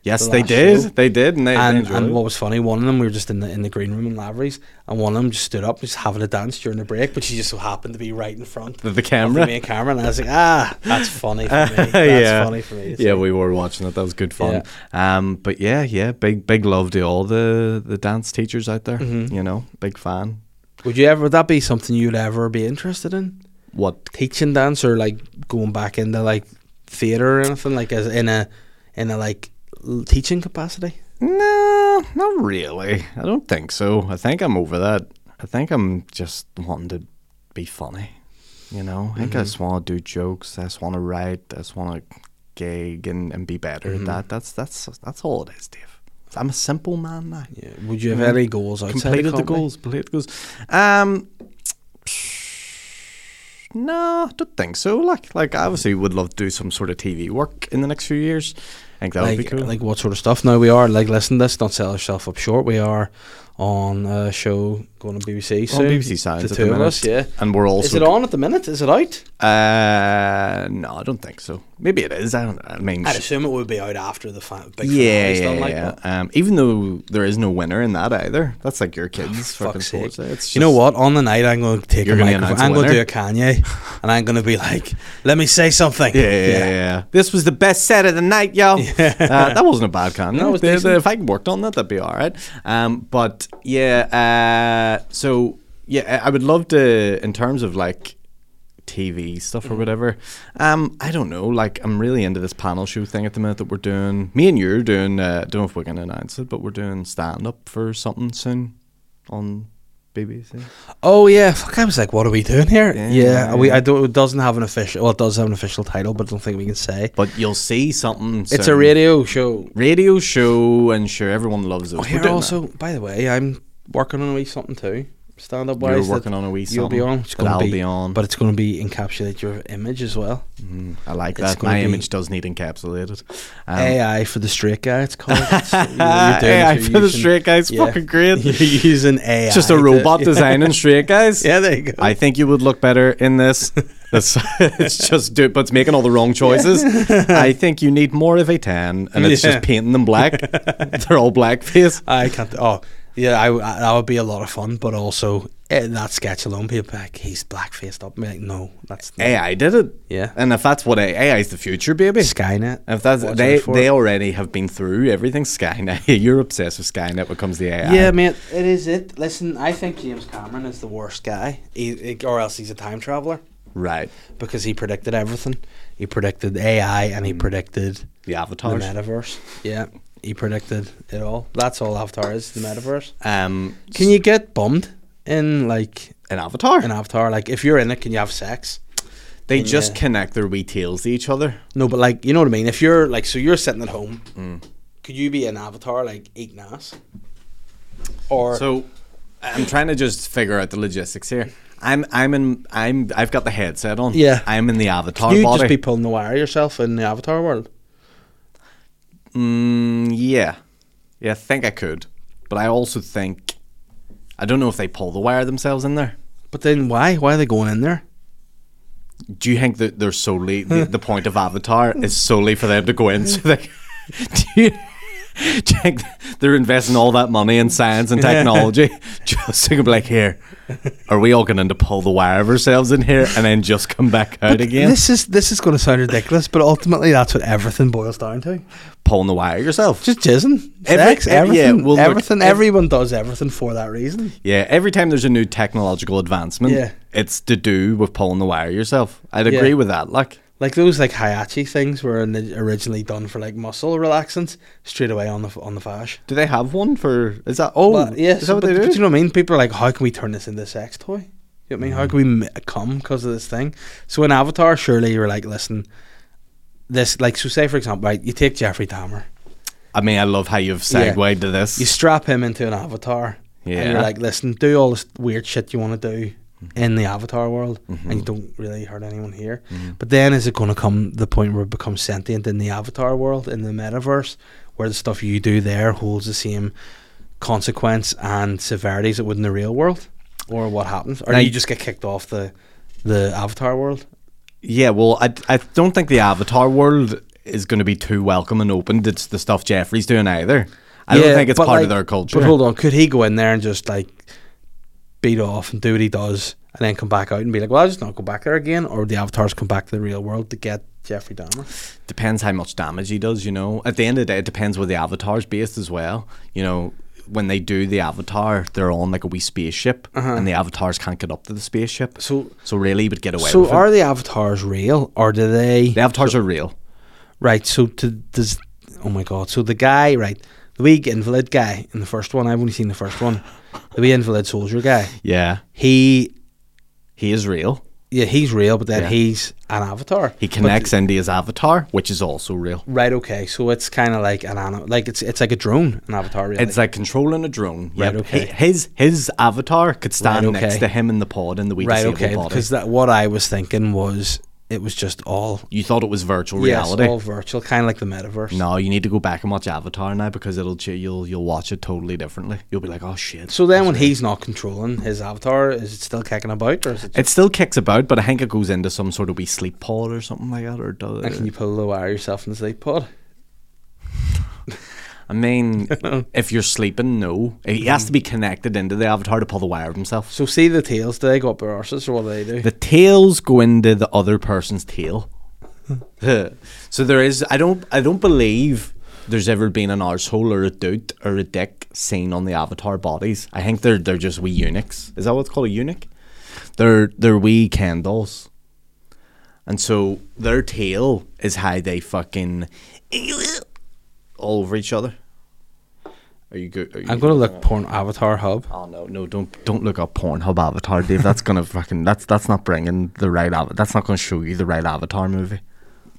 C: Yes,
A: The
C: they
A: last
C: did.
A: show.
C: They did, and they, they
A: and
C: enjoyed
A: and
C: it.
A: what was funny, one of them we were just in the in the green room in Lavery's, and one of them just stood up, just having a dance during the break, but she just so happened to be right in front
C: the, the
A: of
C: camera.
A: the main camera, and I was like, ah, that's funny for me. That's
C: yeah.
A: funny for me. to
C: Yeah,
A: see.
C: we were watching it. That was good fun. Um, but yeah, yeah, big big love to all the the dance teachers out there. You know, big fan.
A: Would you ever? Would that be something you'd ever be interested in?
C: What?
A: Teaching dance or like going back into like theater or anything like as in a in a like l- teaching capacity?
C: No, not really. I don't think so. I think I'm over that. I think I'm just wanting to be funny. You know, I think
A: Mm-hmm.
C: I just want to do jokes. I just want to write. I just want to gig and, and be better
A: Mm-hmm.
C: at that. That's that's that's all it is, Dave. I'm a simple man now.
A: Yeah. Would you have
C: Mhm.
A: any Mm-hmm. goals outside
C: completed
A: of
C: the
A: comedy?
C: goals. Completed goals. Um, no, I don't think so. Like, like I obviously would love to do some sort of TV work in the next few years. I think that
A: like,
C: would be cool.
A: like what sort of stuff? Now we are like, listen, let's not sell ourselves up short. We are on a show going on BBC
C: on
A: soon.
C: BBC
A: the
C: Science at the
A: two of
C: minute,
A: us, yeah.
C: and we're also.
A: Is it on at the minute? Is it out?
C: Uh, no, I don't think so. Maybe it is. I don't. I mean,
A: I'd
C: sh-
A: assume it would be out after the fi- big
C: yeah,
A: finale's
C: yeah,
A: done like
C: yeah.
A: that.
C: Um, even though there is no winner in that either. That's like your kids'
A: For
C: fucking
A: Oh, fuck's sake.
C: sports. day. It's
A: you know
C: just-
A: what? On the night, I'm going to take
C: You're
A: a
C: gonna
A: microphone.
C: announce a
A: I'm going to do
C: winner?
A: a Kanye, and I'm going to be like, "Let me say something."
C: Yeah, yeah, yeah, yeah. This was the best set of the night, yo. Uh, that wasn't a bad con.
A: No, it was decent.
C: if I worked on that, that'd be all right. Um, but yeah, uh, so yeah, I I would love to, in terms of like TV stuff or whatever. Um, I don't know. Like, I'm really into this panel show thing at the minute that we're doing. Me and you're doing. Uh, don't know if we're gonna announce it, but we're doing stand up for something soon on BBC.
A: Oh yeah, fuck! I was like, "What are we doing here?"
C: Yeah,
A: Yeah, we.
C: yeah.
A: I don't. It doesn't have an official. Well, it does have an official title, but I don't think we can say.
C: But you'll see something.
A: It's a
C: soon.
A: radio show.
C: radio show, and sure, everyone loves those.
A: Oh, here also, by the way, I'm working on a wee something too. Stand up
C: You're
A: wise, that
C: working on a wee
A: you'll
C: something.
A: be on. It's
C: that
A: going
C: I'll
A: to
C: be,
A: be,
C: on.
A: but it's going to be encapsulate your image as well.
C: Mm, I like
A: it's
C: that. My
A: gonna be-
C: image does need encapsulated. Um,
A: AI for the straight guy. It's called. It's- you know, you're doing
C: ah,
A: it,
C: AI
A: you're
C: for the
A: using-
C: straight guys,
A: yeah.
C: fucking great.
A: You're using AI.
C: It's just a
A: to-
C: robot designing straight guys.
A: Yeah, there you go.
C: I think you would look better in this. That's, it's just do, but it's making all the wrong choices. I think you need more of a tan, and it's
A: Yeah.
C: just painting them black. They're all blackface.
A: I can't. Oh, yeah, I, I that would be a lot of fun, but also in that sketch alone, people be like he's blackfaced up. I'm like, no, that's not.
C: AI did it.
A: Yeah.
C: and if that's what AI, AI is the future, baby.
A: Skynet.
C: If that's
A: Watch
C: they,
A: out for
C: they
A: it.
C: already have been through everything Skynet. You're obsessed with Skynet. When it comes to the AI,
A: Yeah, man, it is it. Listen, I think James Cameron is the worst guy, he, he- or else he's a time traveler
C: right?
A: because he predicted everything. He predicted AI and
C: Mm.
A: he predicted
C: The
A: the
C: avatars.
A: metaverse. Yeah, he predicted it all. That's all Avatar is the metaverse.
C: um,
A: Can you get bummed in like
C: an avatar?
A: an Avatar? Like if you're in it, can you have sex?
C: they just
A: yeah.
C: connect their wee tails to each other.
A: No, but like you know what I mean. If you're like, so you're sitting at home, could you be an avatar like eating ass? Or
C: So I'm trying to just figure out the logistics here. I'm I'm in I'm I've got the headset on.
A: Yeah.
C: I'm in the avatar
A: you
C: body.
A: just be pulling the wire yourself in the avatar world.
C: mm, yeah, yeah. I think I could, but I also think I don't know if they pull the wire themselves in there.
A: But then why? Why are they going in there?
C: Do you think that they're
A: Hmm.
C: solely the, the point of Avatar is solely for them to go in? So they, do you, Check, they're investing all that money in science and technology just to be like, here, are we all going to pull the wire of ourselves in here and then just come back out again?
A: This is this is going to sound ridiculous, but ultimately that's what everything boils down to.
C: Pulling the wire yourself.
A: Just jizzing,
C: Every-
A: sex,
C: ev- yeah,
A: everything,
C: well, look,
A: everything.
C: ev-
A: everyone does everything for that reason.
C: Yeah, every time there's a new technological advancement,
A: Yeah.
C: it's to do with pulling the wire yourself. I'd
A: Yeah.
C: agree with that. Like,
A: Like those like hiachi things were in- originally done for like muscle relaxants, straight away on the f- on the fash.
C: do they have one for? Is that oh?
A: But yeah,
C: is
A: so-
C: that what
A: but,
C: they do?
A: but you know what I mean? People are like, how can we turn this into a sex toy? You know what I mean?
C: Mm-hmm.
A: How can we m- come because of this thing? So in Avatar, surely you were like, listen, this like so. Say for example, right? You take Jeffrey Dahmer,
C: I mean, I love how you've segued to this.
A: you strap him into an Avatar, and
C: Yeah. Mm-hmm.
A: you're like, listen, do all this weird shit you want to do in the Avatar world, and you don't really hurt anyone here.
C: Mm-hmm.
A: But then is it going to come the point where it becomes sentient in the Avatar world, in the metaverse, where the stuff you do there holds the same consequence and severity as it would in the real world, or what happens, or
C: Now-
A: do you just get kicked off the the Avatar world?
C: Yeah, well, I, I don't think the Avatar world is going to be too welcome and open. It's the stuff Jeffrey's doing either. I don't think it's
A: but,
C: part
A: like,
C: of their culture.
A: But hold on, could he go in there and just like beat off and do what he does, and then come back out and be like, "Well, I'll just not go back there again," or would the avatars come back to the real world to get Jeffrey Dahmer?
C: Depends how much damage he does, you know. At the end of the day, it depends where the Avatar's based as well. You know, when they do the Avatar, they're on like a wee spaceship,
A: Uh-huh.
C: and the Avatars can't get up to the spaceship.
A: So,
C: So really, would get away
A: so
C: with it.
A: are the avatars real, or do they?
C: The Avatars are real.
A: Right. So to does oh my god. So the guy right, the wee invalid guy in the first one. I've only seen the first one. The wee invalid soldier guy.
C: Yeah,
A: He
C: he is real.
A: yeah he's real, but then
C: Yeah.
A: he's an avatar.
C: He connects into his Avatar, which is also real.
A: Right. Okay. So it's kind of like an animal. Like it's it's like a drone, an avatar. Really.
C: It's like controlling a drone.
A: Right,
C: Yep.
A: okay.
C: Hi- His his avatar could stand
A: Right,
C: next
A: okay.
C: to him in the pod in the wee
A: right
C: disabled
A: okay
C: body.
A: because that what i was thinking was it was just all
C: You thought it was virtual
A: reality
C: reality.
A: yes, oh. all virtual kind of like the metaverse
C: no, you need to go back and watch Avatar now because it'll ch- you'll you'll watch it totally differently. You'll be like, oh shit.
A: so then when he's not controlling his avatar is it still kicking about or is it just,
C: it still kicks about, but I think it goes into some sort of wee sleep pod or something like that, or it does.
A: and can you pull the wire yourself in the sleep pod
C: I mean, if you're sleeping, no, he has to be connected into the avatar to pull the wire of himself.
A: so see the tails do they go up their arses or what do they do
C: The tails go into the other person's tail. so there is I don't I don't believe there's ever been an arsehole or a dude or a dick seen on the avatar bodies. I think they're they're just wee eunuchs. Is that what's called a eunuch? They're they're wee candles. And so their tail is how they fucking all over each other. Are you good? Are you
A: i'm going to look porn avatar hub
C: Oh no, no, don't don't look up Pornhub avatar, Dave. That's gonna fucking that's that's not bringing the right avatar. That's not gonna show you the right avatar movie.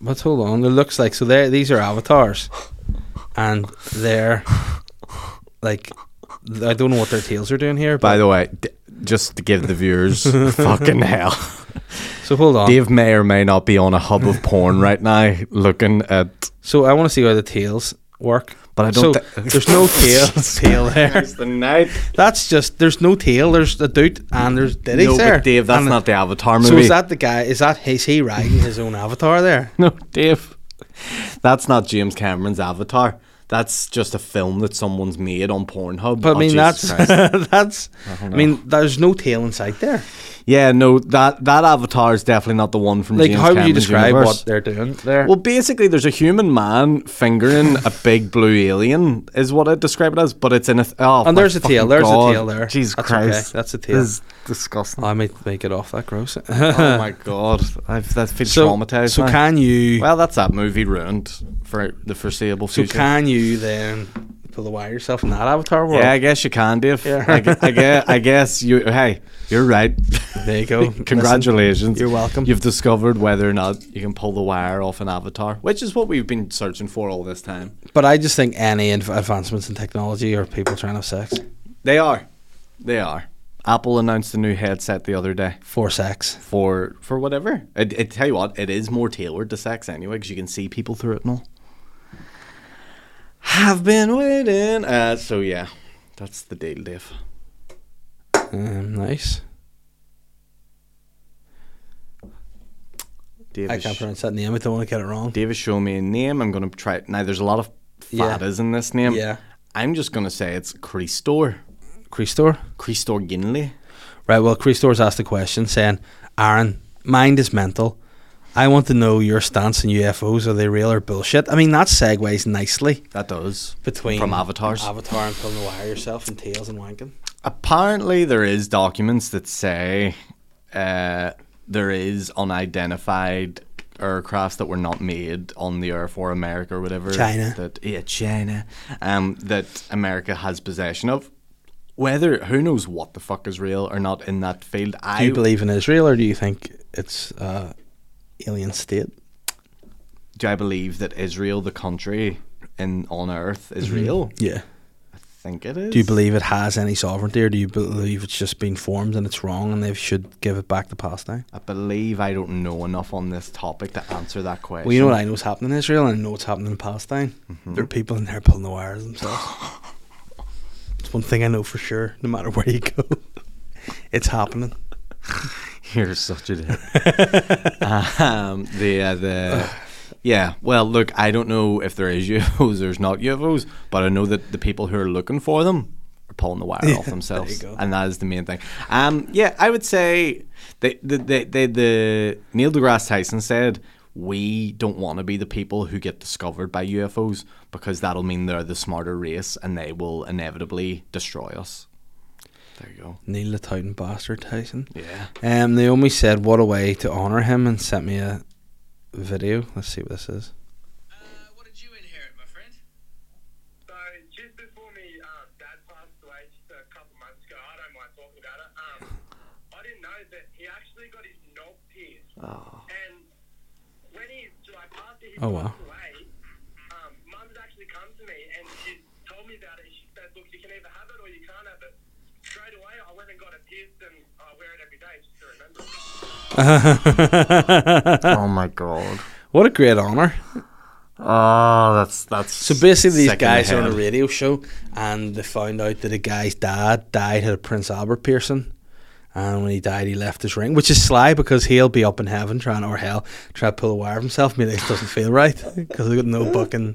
A: but hold on it looks like so there these are avatars and they're like th- i don't know what their tails are doing here but
C: By the way, d- just to give the viewers fucking hell,
A: so hold on
C: Dave may or may not be on a hub of porn right now, looking at.
A: so i want to see how the tails work
C: But I don't.
A: so
C: thi-
A: there's no tail tail there
C: It's the night.
A: That's just there's no tail. There's a dude and there's Diddy's
C: No,
A: there.
C: but Dave, that's
A: And-
C: not the avatar
A: So
C: movie.
A: is that the guy? Is that is he riding his own avatar there?
C: no, Dave. That's not James Cameron's avatar. That's just a film that someone's made on Pornhub.
A: But
C: Oh,
A: I mean
C: Jesus
A: that's
C: Christ.
A: that's. I, mean there's no tail inside there.
C: Yeah, no, that that avatar is definitely not the one from
A: Like
C: James
A: how would you
C: Cameron's
A: describe
C: universe.
A: what they're doing there?
C: Well, basically, there's a human man fingering a big blue alien, is what I describe it as. But it's in a th- oh,
A: and
C: my
A: there's a tail.
C: fucking
A: There's
C: God.
A: a tail there.
C: Jesus
A: that's
C: Christ,
A: Okay. That's a
C: This
A: tail.
C: is disgusting.
A: I might make it off that gross.
C: oh my God, I've that feels
A: so
C: traumatized.
A: so
C: now.
A: can you?
C: well, that's that movie ruined for the foreseeable
A: so
C: future.
A: can you then pull the wire yourself in that avatar world?
C: yeah, I guess you can, Dave.
A: Yeah.
C: I, gu- I guess, I guess you. Hey, you're right.
A: There you go.
C: Congratulations.
A: Listen, you're welcome.
C: You've discovered whether or not you can pull the wire off an avatar, which is what we've been searching for all this time.
A: But I just think any inv- advancements in technology or people trying to have sex
C: They are. They are. Apple announced a new headset the other day
A: for sex.
C: for for whatever. I, I tell you what, it is more tailored to sex anyway because you can see people through it and all. I've been waiting. Uh, so yeah, that's the deal, Dave.
A: Um, nice.
C: Dave
A: I
C: is-
A: can't pronounce that name. I don't want to get it wrong.
C: Dave is showing me a name. I'm gonna try it now. There's a lot of
A: Yeah.
C: fad is in this name.
A: Yeah.
C: I'm just gonna say it's Christor.
A: Creastor.
C: Christor Ginley.
A: Right, well, Creastor's asked a question saying, Aaron, mind is mental. I want to know your stance on UFOs. Are they real or bullshit? I mean, that segues nicely
C: That does.
A: between
C: From Avatars.
A: Avatar and pulling the wire yourself and tails and wanking.
C: Apparently, there is documents that say uh, there is unidentified aircraft that were not made on the Earth or America or whatever.
A: China.
C: That yeah, China. Um, that America has possession of. Whether who knows what the fuck is real or not in that field. I
A: Do you believe in Israel or do you think it's uh, alien state?
C: do. I believe that Israel, the country in on Earth, is real.
A: Yeah.
C: I think it is.
A: Mm-hmm. Do you believe it has any sovereignty or do you believe it's just been formed and it's wrong and they should give it back to Palestine?
C: I believe I don't know enough on this topic to answer that question.
A: Well, you know what I know is happening in Israel, and I know what's happening in Palestine. There are people in there pulling the wires themselves. it's one thing I know for sure. No matter where you go, it's happening.
C: You're such a dick. um, the uh, the yeah. Well, look, I don't know if there is UFOs. There's not UFOs, but I know that the people who are looking for them are pulling the wire off themselves,
A: go.
C: and that is the main thing. Um, yeah, I would say the the the, the, the Neil deGrasse Tyson said. We don't want to be the people who get discovered by UFOs because that'll mean they're the smarter race and they will inevitably destroy us. There you go.
A: Neil the Titan bastard Tyson.
C: Yeah.
A: Um, Naomi said, "What a way to honor him," and sent me a video. Let's see what this is.
D: Uh, what did you inherit, my friend?
E: So just before me, um, dad passed away just a couple months ago. I don't mind talking about it. Um, I didn't know that he actually got his knob pierced. And when he like after he
A: Oh, wow.
E: passed away, um, mum's actually come to me and she told me about it. She said, "Look, you can either have it or you can't have it." Straight away, I went and got it pierced and I wear it every day just to remember. It.
C: Oh my god.
A: What a great honor!
C: Oh, that's that's
A: So basically, these
C: sick in the
A: guys are on a
C: head.
A: radio show, and they found out that a guy's dad died had a Prince Albert piercing, and when he died, he left his ring, which is sly because he'll be up in heaven trying or hell trying to pull a wire of himself. Maybe this doesn't feel right because I got no fucking.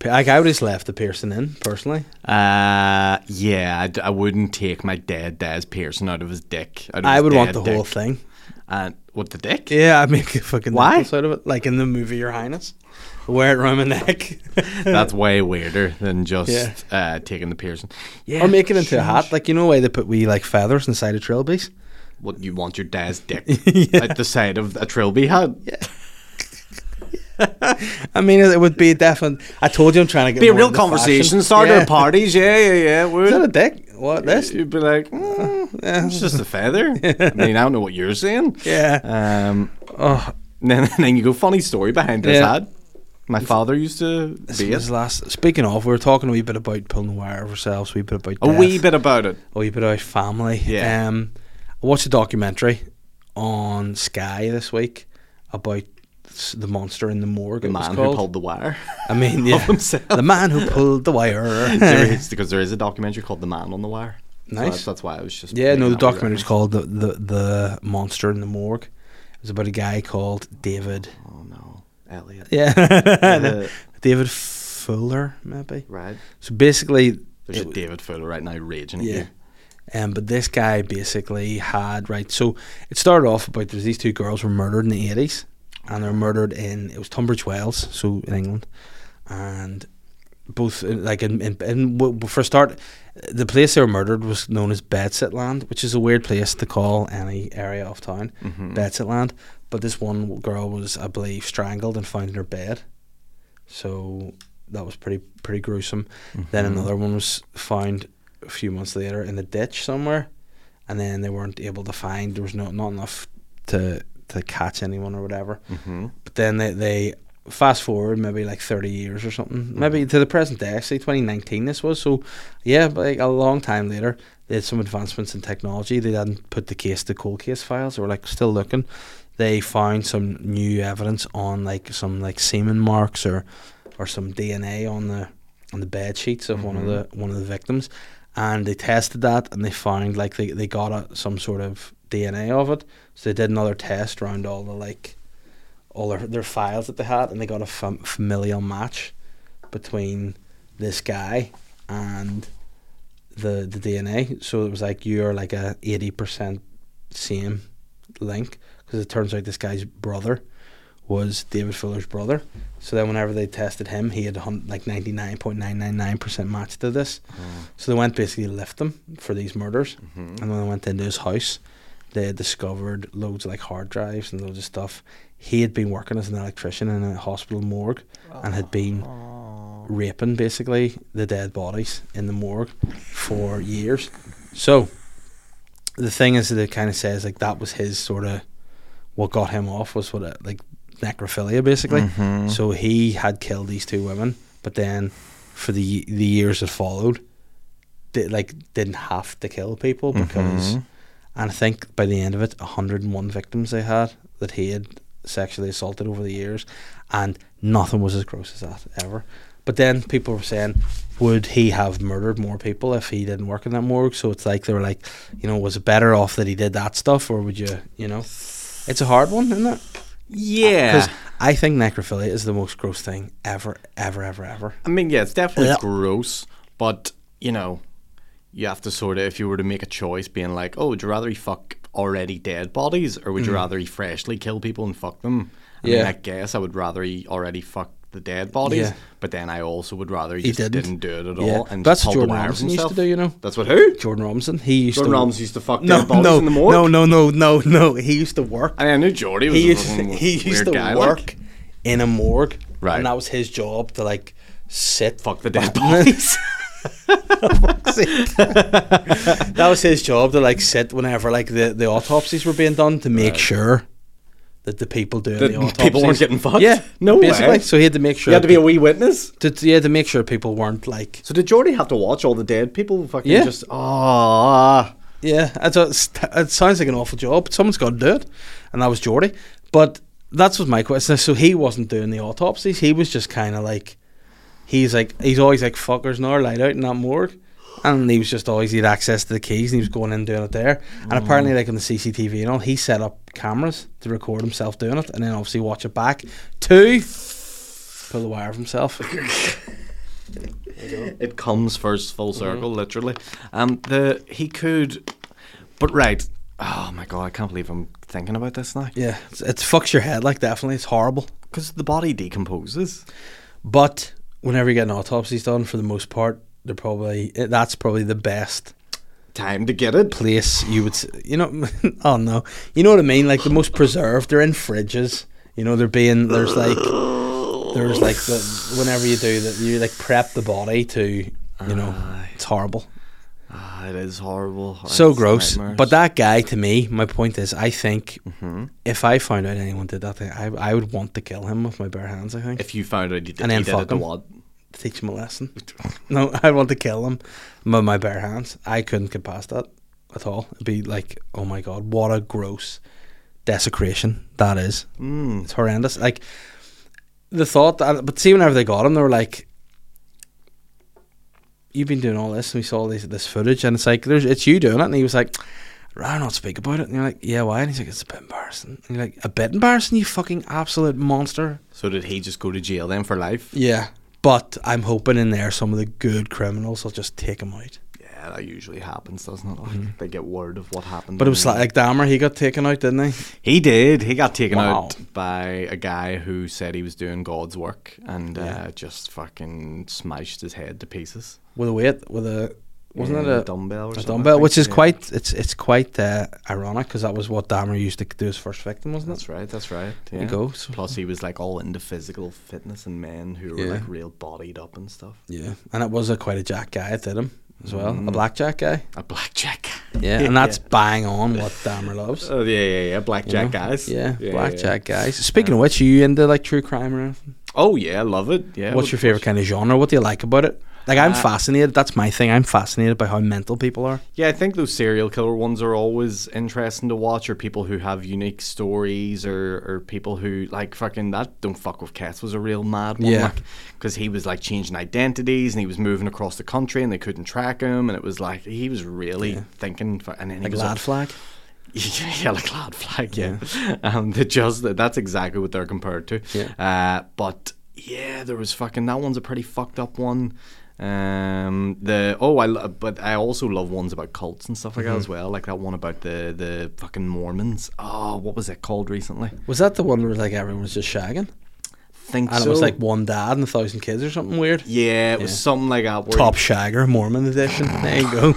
A: pi- Like I would just left the piercing in personally.
C: Uh, yeah, I, d- I wouldn't take my dead dad's piercing out of his dick. out of
A: I
C: his
A: would want the
C: dead
A: whole
C: dick.
A: thing.
C: And what the dick?
A: Yeah, I'd make a fucking
C: Why?
A: necklace out of it, like in the movie Your Highness. Wear it around my neck,
C: That's way weirder than just
A: Yeah.
C: uh, taking the piercing. Yeah,
A: or make it into a hat. Like you know, the way they put wee like feathers inside of trilbies.
C: What you want your dad's dick
A: Yeah.
C: at the side of a trilby hat?
A: I mean, it would be definite. I told you I'm trying to get
C: Be a
A: more
C: real
A: into
C: conversation
A: fashion.
C: starter
A: Yeah.
C: at parties. Yeah, yeah, yeah.
A: Is that a
C: Would.
A: dick? What this?
C: You'd be like, mm, it's just a feather. I mean, I don't know what you're saying.
A: Yeah.
C: Um,
A: Oh,
C: And then, and then you go, funny story behind this
A: Yeah.
C: ad. My father used to
A: this
C: be
A: was
C: it.
A: last. Speaking of, we were talking a wee bit about pulling the wire of ourselves. A wee bit about
C: A
A: death,
C: wee bit about it.
A: A wee bit about family.
C: Yeah.
A: Um, I watched a documentary on Sky this week about s- the monster in the morgue.
C: The
A: it
C: man
A: was
C: who
A: called.
C: pulled the wire.
A: I mean, yeah,
C: himself.
A: the man who pulled the wire.
C: there is, because there is a documentary called The Man on the Wire. So
A: Nice.
C: that's, that's why I was just.
A: Yeah, no, the
C: making that wee
A: documentary's called the, the the monster in the morgue. It was about a guy called David.
C: reference. Oh no, Elliot.
A: Yeah,
C: Uh,
A: David Fuller, maybe.
C: right.
A: So basically,
C: There's
A: it
C: a David Fuller right now raging at
A: Yeah.
C: you.
A: Um, but this guy basically had right. So it started off about there's these two girls were murdered in the eighties, and they were murdered in it was Tunbridge Wells, so in England, and both uh, like in, in, in w- w- for a start, the place they were murdered was known as Bedsitland, which is a weird place to call any area of town, Bedsitland. But this one girl was, I believe, strangled and found in her bed, so that was pretty pretty gruesome. Then another one was found a few months later in a ditch somewhere, and then they weren't able to find. There was no, not enough to to catch anyone or whatever. Mm-hmm. But then they, they fast forward maybe like thirty years or something, maybe to the present day. Actually, twenty nineteen this was. So yeah, but like a long time later, they had some advancements in technology. They hadn't put the case the cold case files. They were like still looking. They found some new evidence on like some like semen marks or or some DNA on the on the bed sheets of one of the one of the victims, and they tested that and they found like they, they got a, some sort of DNA of it. So they did another test around all the like all their, their files that they had, and they got a fam- familial match. between this guy and the the DNA. So it was like you're like a eighty percent same link because it turns out this guy's brother was David Fuller's brother. So then whenever they tested him, he had hun- like ninety nine point nine nine nine percent match to this. So they went basically left him for these murders, and when they went into his house, they had discovered loads of like hard drives and loads of stuff. He had been working as an electrician in a hospital morgue and had been raping basically the dead bodies in the morgue for years. So the thing is that it kind of says like that was his sort of what got him off was what it, like necrophilia basically. So he had killed these two women, but then for the the years that followed, they, like didn't have to kill people
C: Mm-hmm.
A: because, and I think by the end of it, 101 victims they had that he had sexually assaulted over the years, and nothing was as gross as that ever. But then people were saying, would he have murdered more people if he didn't work in that morgue? So it's like they were like, you know, was it better off that he did that stuff, or would you, you know, it's a hard one, isn't it?
C: Yeah.
A: Because I think necrophilia is the most gross thing ever, ever, ever, ever.
C: I mean, yeah, it's definitely
A: Yeah.
C: gross, but you know, you have to sort of if you were to make a choice, being like, oh, would you rather he fuck already dead bodies, or would you rather he freshly kill people and fuck them? I mean,
A: Mm-hmm. Yeah.
C: I guess I would rather he already fuck the dead bodies,
A: Yeah.
C: but then I also would rather he, just
A: didn't.
C: didn't. do it at
A: Yeah.
C: all. And
A: That's
C: just
A: what
C: pulled the
A: Jordan
C: wire
A: Robinson
C: from
A: used to
C: himself.
A: do, you know.
C: That's what who?
A: Jordan Robinson, he used
C: Jordan
A: to
C: Robinson used to fuck
A: no,
C: dead bodies
A: no,
C: in the morgue.
A: No, no, no, no, no. He used to work.
C: I mean, I knew Jordy was
A: he
C: a
A: used to,
C: fucking
A: he used
C: weird
A: to
C: guy, like.
A: work in a morgue,
C: Right.
A: And that was his job to like sit
C: Fuck the dead
A: bodies. that was his job to like sit whenever like the, the autopsies were being done to make sure that the people doing
C: That
A: the autopsies
C: people weren't getting fucked?
A: Yeah,
C: No
A: basically.
C: way.
A: So he had to make sure
C: You had to be a
A: that
C: wee witness.
A: pe- to, yeah to make sure people weren't like
C: So did Jordy have to watch all the dead people fucking
A: Yeah.
C: just ah?
A: Yeah, that's a, st- it sounds like an awful job, but someone's got to do it, and that was Geordie. But that's was my question. So he wasn't doing the autopsies. He was just kind of like, he's like, he's always like, fuckers, no, light out in that morgue. And he was just always he had access to the keys, and he was going in and doing it there. And apparently, like on the CCTV and all, he set up cameras to record himself doing it, and then obviously watch it back to pull the wire of himself.
C: It comes first full
A: Mm-hmm.
C: circle, literally. Um, the he could, but right. Oh my god, I can't believe I'm thinking about this now.
A: yeah, it's, it fucks your head like definitely. It's horrible.
C: Because the body decomposes.
A: But whenever you get an autopsy's done, for the most part, they're probably eh, that's probably the best
C: Time to get it.
A: place you would, s- you know, oh no, you know what I mean? Like the most preserved, they're in fridges. You know, they're being there's like there's like the whenever you do that, you like prep the body to, you know, it's horrible,
C: Ah, it is horrible.
A: so
C: It's
A: gross.
C: nightmares.
A: But that guy, to me, my point is, I think if I found out anyone did that thing, I I would want to kill him with my bare hands. I think
C: if you found out you did,
A: And then
C: he did it
A: fuck
C: to
A: him.
C: what?
A: teach him a lesson. no, I want to kill him with my bare hands. I couldn't get past that at all. It'd be like, oh my god, what a gross desecration that is. Mm. It's horrendous. Like the thought that, but see, whenever they got him, they were like, "You've been doing all this, and we saw this this footage, and it's like, there's it's you doing it." And he was like. "I'd Rather not speak about it, and you're like, yeah, why? And he's like, it's a bit embarrassing. And you're like, a bit embarrassing, you fucking absolute monster.
C: So did he just go to jail then for life?
A: Yeah, but I'm hoping in there some of the good criminals will just take him out.
C: Yeah, that usually happens, doesn't it? Like, They get word of what happened.
A: Mm-hmm. But it was
C: and-
A: like, like Dahmer, he got taken out, didn't he?
C: He did. He got taken
A: Wow.
C: out by a guy who said he was doing God's work and uh, just fucking smashed his head to pieces.
A: With a weight, with a wasn't
C: Yeah,
A: it a,
C: dumbbell or
A: a
C: something, I
A: dumbbell,
C: think,
A: which is
C: yeah.
A: quite it's it's quite uh, ironic because that was what Dahmer used to do his first victim, wasn't it?
C: That's right. That's right. Yeah.
A: you go. So-
C: Plus, he was like all into physical fitness and men who were
A: Yeah.
C: like real bodied up and stuff.
A: Yeah, and it was a quite a jack guy that did him as well,
C: Mm.
A: a blackjack guy.
C: A blackjack.
A: Yeah, and that's bang on what Dahmer loves.
C: Oh yeah, yeah, yeah. Blackjack
A: you know?
C: guys.
A: Yeah,
C: yeah.
A: blackjack guys. Speaking of which, are you into like true crime or anything?
C: Oh yeah, I love it. Yeah.
A: What's your favorite kind of Uh, genre? What do you like about it? Like I'm fascinated. That's my thing. I'm fascinated by how mental people are.
C: Yeah, I think those serial killer ones are always interesting to watch, or people who have unique stories, or, or people who like fucking that. Don't fuck with cats was a real mad one,
A: Yeah.
C: because he was like changing identities and he was moving across the country and they couldn't track him, and it was like he was really thinking for and then he
A: Like
C: was
A: lad flag.
C: yeah, like lad flag, yeah. Um, they just that's exactly what they're compared to.
A: Yeah.
C: Uh, but yeah, there was fucking that one's a pretty fucked up one. Um, the oh, I lo- but I also love ones about cults and stuff like that as well. Like that one about the the fucking Mormons. Oh, what was it called recently?
A: Was that the one where like everyone was just shagging?
C: Think
A: And
C: so.
A: it was like one dad and a thousand kids or something weird.
C: yeah, it was something like that. where-
A: Top Shagger, Mormon edition. There you go.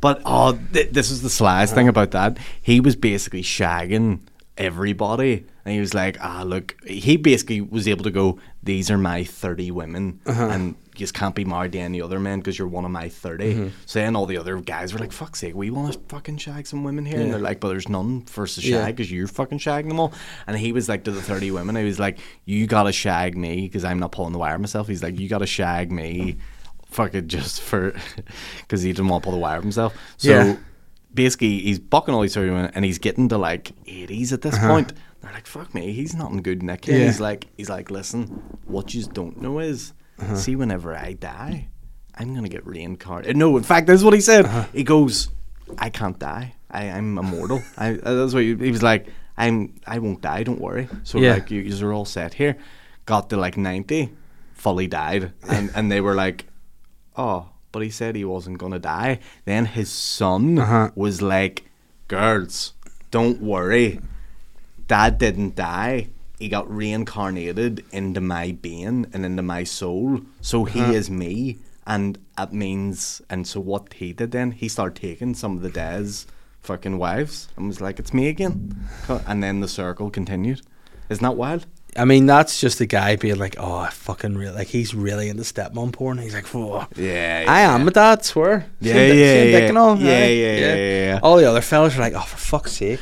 C: But oh, th- this is the slyest thing about that. He was basically shagging everybody, and he was like, "Ah, look." He basically was able to go, "These are my thirty women, and you just can't be married to any other men because you're one of my 30 So then all the other guys were like, "Fuck's sake, we want to fucking shag some women here," and they're like, "But there's none for us to
A: Yeah.
C: shag because you're fucking shagging them all." And he was like to the thirty women, he was like, "You gotta shag me because I'm not pulling the wire myself." He's like, "You gotta shag me." fucking just for because he didn't want to pull the wire himself. So
A: Yeah.
C: basically, he's bucking all these through and he's getting to like 80s at this point. They're like, fuck me, he's not in good nick. here."
A: Yeah.
C: He's like, he's like, listen, what you don't know is, see, whenever I die, I'm gonna get reincarnated. No, in fact, that's what he said. He goes, I can't die. I, I'm immortal. I, that's what he, he was like. I'm. I won't die. Don't worry. So
A: Yeah.
C: like, you, you are all set here. Got to like 90, fully died, and and they were like, oh, but he said he wasn't gonna die. Then his son was like, girls, don't worry, dad didn't die. He got reincarnated into my being and into my soul. So he is me, and that means. And so what he did then, he started taking some of the dad's fucking wives and was like, "It's me again," and then the circle continued. Isn't that wild?
A: I mean, that's just the guy being like, oh, I fucking really, like, he's really into stepmom porn. He's like, whoa.
C: Yeah,
A: I am a dad, swear.
C: Yeah,
A: Same di-
C: yeah,
A: same dick
C: yeah.
A: and all,
C: Yeah,
A: right?
C: yeah, yeah, yeah.
A: All the other fellas are like, oh, for fuck's sake,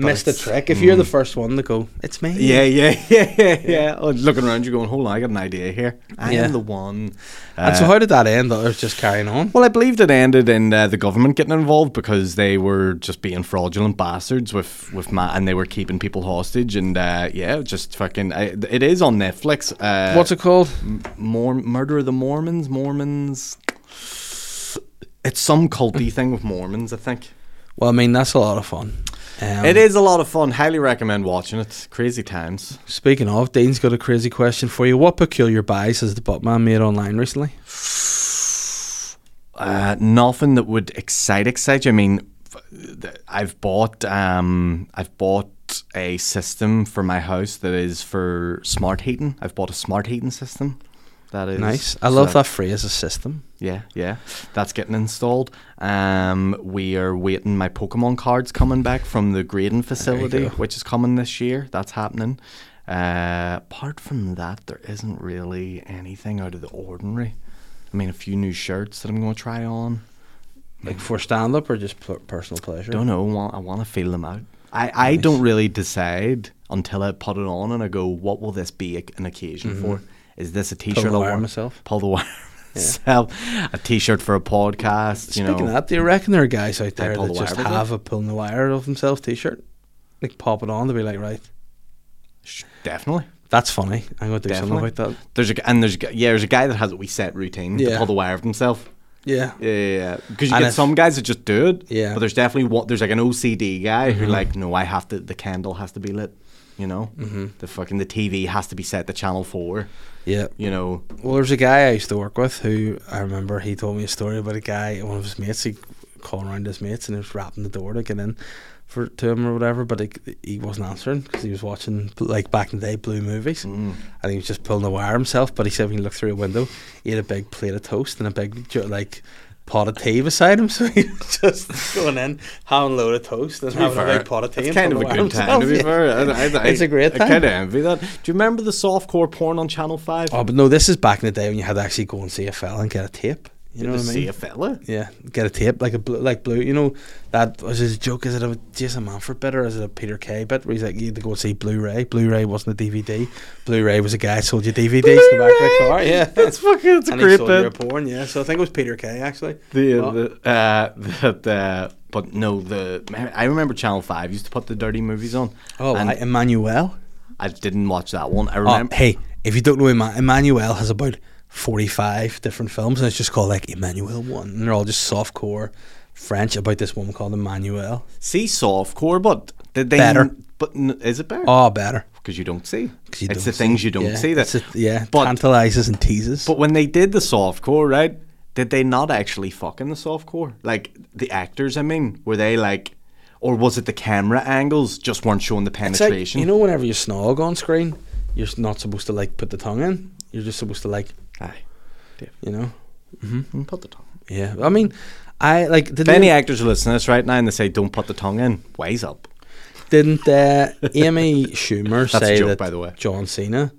A: missed the
C: it's-
A: trick. If you're the first one to go, it's me.
C: Yeah, yeah, yeah, yeah, yeah. Oh, looking around, you're going, hold on, I got an idea here. I
A: Yeah.
C: am the one.
A: And so
C: Uh,
A: how did that end? Or just carrying on?
C: well, I believed it ended in uh, the government getting involved because they were just being fraudulent bastards with with ma- and they were keeping people hostage and uh, yeah, just fucking. I, it is on Netflix. Uh,
A: What's it called?
C: Mor- Murder of the Mormons? Mormons. It's some culty thing with Mormons, I think.
A: Well, I mean, that's a lot of fun. Um,
C: It is a lot of fun. Highly recommend watching it. Crazy times.
A: Speaking of, Dean's got a crazy question for you. What peculiar buys has the Buttman made online recently?
C: Uh, nothing that would excite excite you. I mean, f- th- I've bought um, I've bought a system for my house that is for smart heating. I've bought a smart heating system. That is
A: Nice. I
C: so
A: love that phrase, a system.
C: Yeah, yeah, that's getting installed. Um, we are waiting. My Pokemon cards coming back from the grading facility,
A: go.
C: which is coming this year. That's happening. Uh, apart from that, there isn't really anything out of the ordinary. I mean, a few new shirts that I'm going to try on.
A: Like for stand up or just p- personal pleasure?
C: don't know. wa- I want to feel them out. I, I don't really decide until I put it on and I go, what will this be a- an occasion for? Is this a t-shirt?
A: the
C: I
A: wire
C: want-
A: myself.
C: Pull the wire myself. A t-shirt for a podcast. you
A: Speaking
C: know.
A: of that, do you reckon there are guys out there
C: pull
A: that
C: the
A: just
C: wire, is it?
A: have a pulling the wire of themselves t shirt? Like pop it on to be like, right,
C: Sh- Definitely.
A: that's funny. I'm going to do
C: Definitely.
A: something about that.
C: There's a g- and there's a, g- yeah there's a guy that has a wee set routine
A: Yeah.
C: to pull the wire of himself.
A: Yeah.
C: Yeah, yeah, because you
A: And
C: get
A: if-
C: some guys that just do it.
A: Yeah.
C: but there's definitely what there's like an OCD guy who like no, I have to the candle has to be lit. You know, mm-hmm. the fucking the TV has to be set to channel four.
A: Yeah.
C: You know,
A: Well, there's a guy I used to work with who I remember he told me a story about a guy, one of his mates. He called around his mates and he was rapping the door to get in for to him or whatever, but he, he wasn't answering because he was watching like back in the day blue movies,
C: Mm.
A: and he was just pulling the wire himself. But he said when he looked through a window, he had a big plate of toast and a big ju- like. Pot of tea beside him, so he was just going in, having a load of toast and having a big pot of tea.
C: It's
A: and
C: kind of a
A: pulling the
C: good
A: wire
C: time to be
A: himself, yeah.
C: fair. I, I, I,
A: It's a great
C: I
A: time.
C: kind of envy that. Do you remember the softcore porn on Channel Five?
A: Oh, but no, this is back in the day when you had to actually go and see a fella and get a tape. You know
C: to
A: what I mean?
C: see a fella.
A: Yeah, get a tape like a blue, like blue. You know that was his joke. Is it a Jason Manford bit or is it a Peter Kay bit? Where he's like, you had to go and see Blu-ray. Blu-ray wasn't a DVD. Blu-ray was a guy that sold you DVDs in the back of the car. Yeah,
C: That's fucking. It's a
A: and he
C: great
A: sold you a
C: bit.
A: porn. Yeah, so I think it was Peter Kay actually.
C: The,
A: Oh.
C: the, uh, the, the, but no, the I remember Channel Five used to put the dirty movies on.
A: Oh,
C: and
A: I, Emmanuel.
C: I didn't watch that one. I
A: Oh,
C: remember.
A: hey, if you don't know Emma- Emmanuel, has about forty-five different films, and it's just called like Emmanuel One, and they're all just softcore French about this woman called Emmanuel.
C: see softcore, but Did they
A: Better.
C: But n- is it better?
A: Oh, better.
C: Because you don't see.
A: 'Cause you
C: it's
A: don't
C: the things you don't
A: yeah,
C: see.
A: it's
C: That
A: a- yeah,
C: but-
A: tantalizes and teases.
C: But when they did the softcore, right? Did they not actually fuck in the softcore? Like the actors, I mean, were they like, or was it the camera angles just weren't showing the
A: It's like,
C: penetration?
A: you know, whenever you snog on screen, you're s- not supposed to like put the tongue in. You're just supposed to like,
C: Aye.
A: you know. Hmm,
C: Mm, put the tongue.
A: Yeah, I mean, I like
C: If
A: didn't
C: any actors are listening to this right now and they say don't put the tongue in, wise up.
A: didn't uh, Amy Schumer
C: That's a
A: say
C: joke,
A: that
C: by the way.
A: John Cena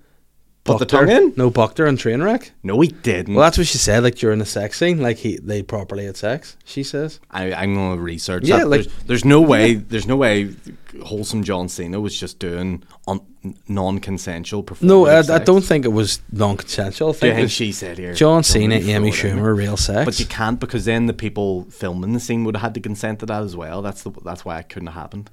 C: Put the
A: bucked her-
C: tongue in? Mm.
A: No, bucked her on Trainwreck.
C: No, he didn't.
A: Well, that's what she said. Like during the sex scene, like he they properly had sex. She says.
C: I, I'm gonna research.
A: Yeah,
C: that.
A: like-
C: there's, there's no way. There's no way. Wholesome John Cena was just doing un- non-consensual performance.
A: No, I, I don't think it was non-consensual. I
C: Do you
A: it
C: think
A: was
C: she said here?
A: John
C: Don't
A: Cena,
C: really
A: Amy
C: throw it in
A: Schumer, real sex.
C: But you can't because then the people filming the scene would have had to consent to that as well. That's the that's why it couldn't have happened.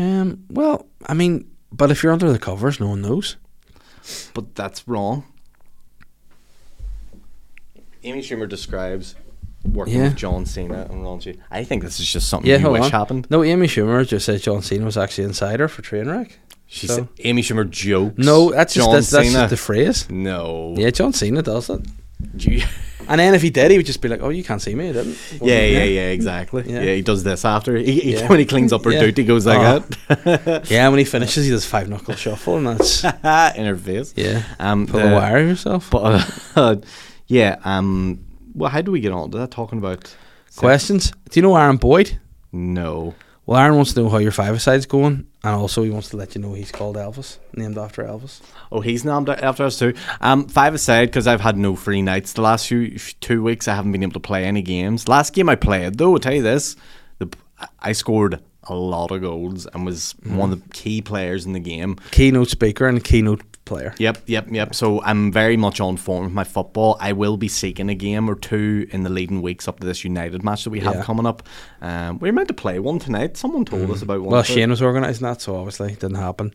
A: um, well, I mean, but if you're under the covers, no one knows.
C: But that's wrong. Amy Schumer describes working
A: Yeah.
C: with John Cena and Ron. G- I think this is just something
A: Yeah,
C: you
A: hold
C: wish
A: on.
C: happened.
A: No, Amy Schumer just said John Cena was actually inside her for Trainwreck.
C: She
A: So-
C: said Amy Schumer jokes.
A: No, that's just
C: John
A: that's, that's
C: Cena.
A: just the phrase.
C: no.
A: Yeah, John Cena does it.
C: Gee.
A: And then if he did, he would just be like, "Oh, you can't see me, I didn't."
C: Yeah, yeah, yeah, exactly.
A: Yeah.
C: Yeah. he does this after. He, he,
A: Yeah.
C: When he cleans up her
A: Yeah.
C: duty, he goes like
A: Oh.
C: that.
A: Yeah, when he finishes, he does five knuckle shuffle, and that's
C: In her face.
A: yeah.
C: Um,
A: Pull
C: the-
A: the wire yourself.
C: But uh, yeah, um, well, how do we get on to that? Talking about
A: Questions? Do you know Aaron Boyd?
C: no,
A: Well, Aaron wants to know how your five side's going, and also he wants to let you know he's called Elvis, named after Elvis.
C: oh, he's named after us too. Um, five aside because I've had no free nights the last few two weeks. I haven't been able to play any games. Last game I played though, I'll tell you this, the I scored a lot of goals and was
A: Mm.
C: one of the key players in the game.
A: Keynote speaker and keynote player.
C: Yep, yep, yep. So I'm very much on form with my football. I will be seeking a game or two in the leading weeks up to this United match that we have
A: Yeah. Mm.
C: coming up. Um, we are meant to play one tonight. Someone told us about one.
A: Well,
C: but-
A: Shane was organising that, so obviously it didn't happen.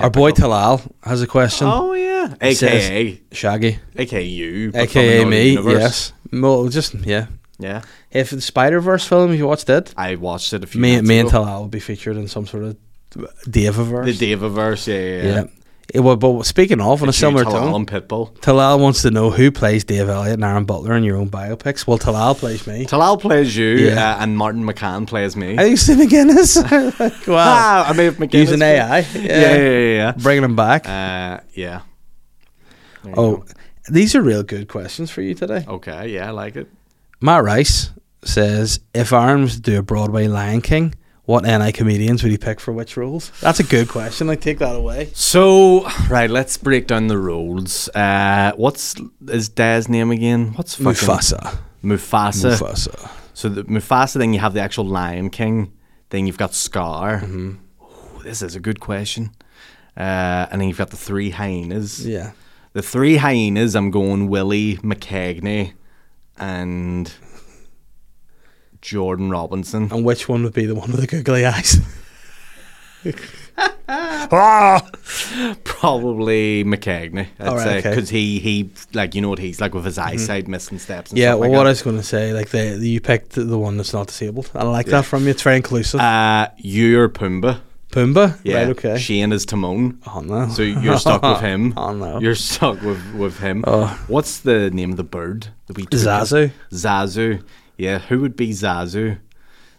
A: Our boy Talal has a question.
C: Oh yeah,
A: He says-
C: aka
A: Shaggy,
C: aka you, but from
A: aka
C: another
A: me.
C: universe.
A: Yes. Well, just yeah.
C: yeah.
A: If the Spider Verse film you watched it,
C: I watched it a few.
A: me,
C: months
A: me and
C: ago.
A: Talal will be featured in some sort of Daviverse.
C: the Daviverse. Yeah, yeah.
A: Yeah.
C: yeah.
A: It, well, but speaking of, on a
C: It's
A: similar
C: you, Talal
A: tone,
C: and Pitbull.
A: Talal wants to know who plays Dave Elliott and Aaron Butler in your own biopics. Well, Talal plays me.
C: Talal plays you,
A: Yeah.
C: uh, and Martin McCann plays me.
A: I think it's Steve McGuinness. like, wow.
C: ah, I may have McGuinness.
A: Using AI.
C: Yeah, yeah, yeah. yeah.
A: Bringing him back.
C: Uh, yeah. There you
A: oh,
C: go.
A: these are real good questions for you today.
C: Okay. Yeah, I like it.
A: Matt Rice says If Aaron was to do a Broadway Lion King, what NI comedians would he pick for which roles? That's a good question. Like, take that away.
C: So right, let's break down the roles. Uh, what's is Dad's name again? What's fucking
A: Mufasa.
C: Mufasa.
A: Mufasa.
C: So the Mufasa, then you have the actual Lion King, then you've got Scar. Mm-hmm. Oh, this is a good question. Uh, and then you've got the three hyenas.
A: Yeah.
C: The three hyenas, I'm going Willie McCagney and Jordan Robinson.
A: And which one would be the one with the googly eyes?
C: Probably McCagney, I'd
A: Oh. All right,
C: say,
A: okay. Mm-hmm.
C: because he, he, like, you know what he's like with his eyesight missing steps and
A: Yeah,
C: stuff
A: well,
C: like
A: what I
C: that.
A: was going to say, like the you picked the one that's not disabled. I like that from you. It's very inclusive.
C: Uh, you're Pumbaa.
A: Pumbaa,
C: Yeah.
A: right? Okay.
C: Shane is Timon.
A: oh no.
C: So you're stuck with him.
A: Oh, no.
C: You're stuck with with him. What's the name of the bird that we took?
A: Uh, Zazu.
C: Zazu. Yeah. Who would be Zazu?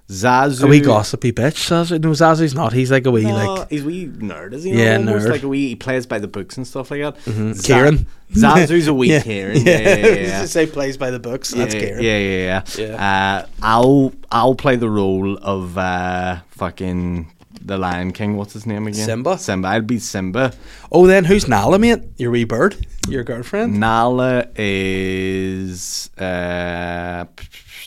C: Zazu.
A: A wee gossipy bitch. Zazu. No, Zazu's not. He's like a wee
C: No,
A: like.
C: he's a wee nerd, is he?
A: Yeah,
C: Yeah, almost
A: nerd. Mm-hmm.
C: like a wee. He plays by the books and stuff like that. Za-
A: Kieran.
C: Zazu's a wee Kieran. Yeah, yeah, yeah.
A: It's just say plays by the books. That's
C: yeah,
A: Kieran.
C: Yeah, yeah, yeah. Uh, I'll I'll play the role of uh, fucking the Lion King. What's his name again?
A: Simba.
C: Simba. I'd be Simba.
A: Oh, then who's Nala, mate? Your wee bird. Your
C: Mm.
A: girlfriend.
C: Nala is uh,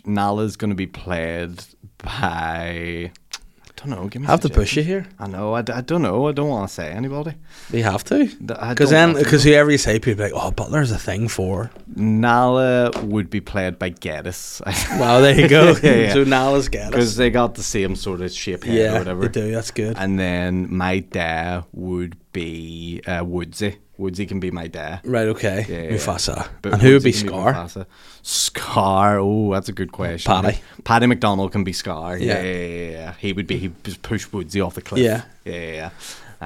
C: Nala's going to be played by I don't know. Give me
A: I have to
C: suggestions.
A: push you here.
C: I know. I, d- I don't know. I don't want to say anybody.
A: You have to.
C: I
A: Because
C: don't
A: then,
C: want to.
A: because whoever you say, people are like, oh, Butler's a thing for.
C: Nala would be played by Geddes
A: Wow, there you go.
C: Yeah, yeah.
A: So Nala's got
C: because
A: us.
C: they got the same sort of shape head
A: Yeah,
C: or whatever.
A: they do. That's good.
C: And then my dad would be uh, Woodsy. Woodsy can be my dad.
A: Right, okay.
C: Yeah, yeah,
A: Mufasa.
C: But
A: and who would
C: Woodsy
A: be
C: can
A: Scar?
C: Mufasa. Scar. Oh, that's a good question.
A: Paddy.
C: Paddy McDonald can be Scar. Yeah,
A: Yeah.
C: yeah, yeah. yeah. He would be. He would push Woodsy off the cliff.
A: Yeah.
C: yeah, yeah. yeah.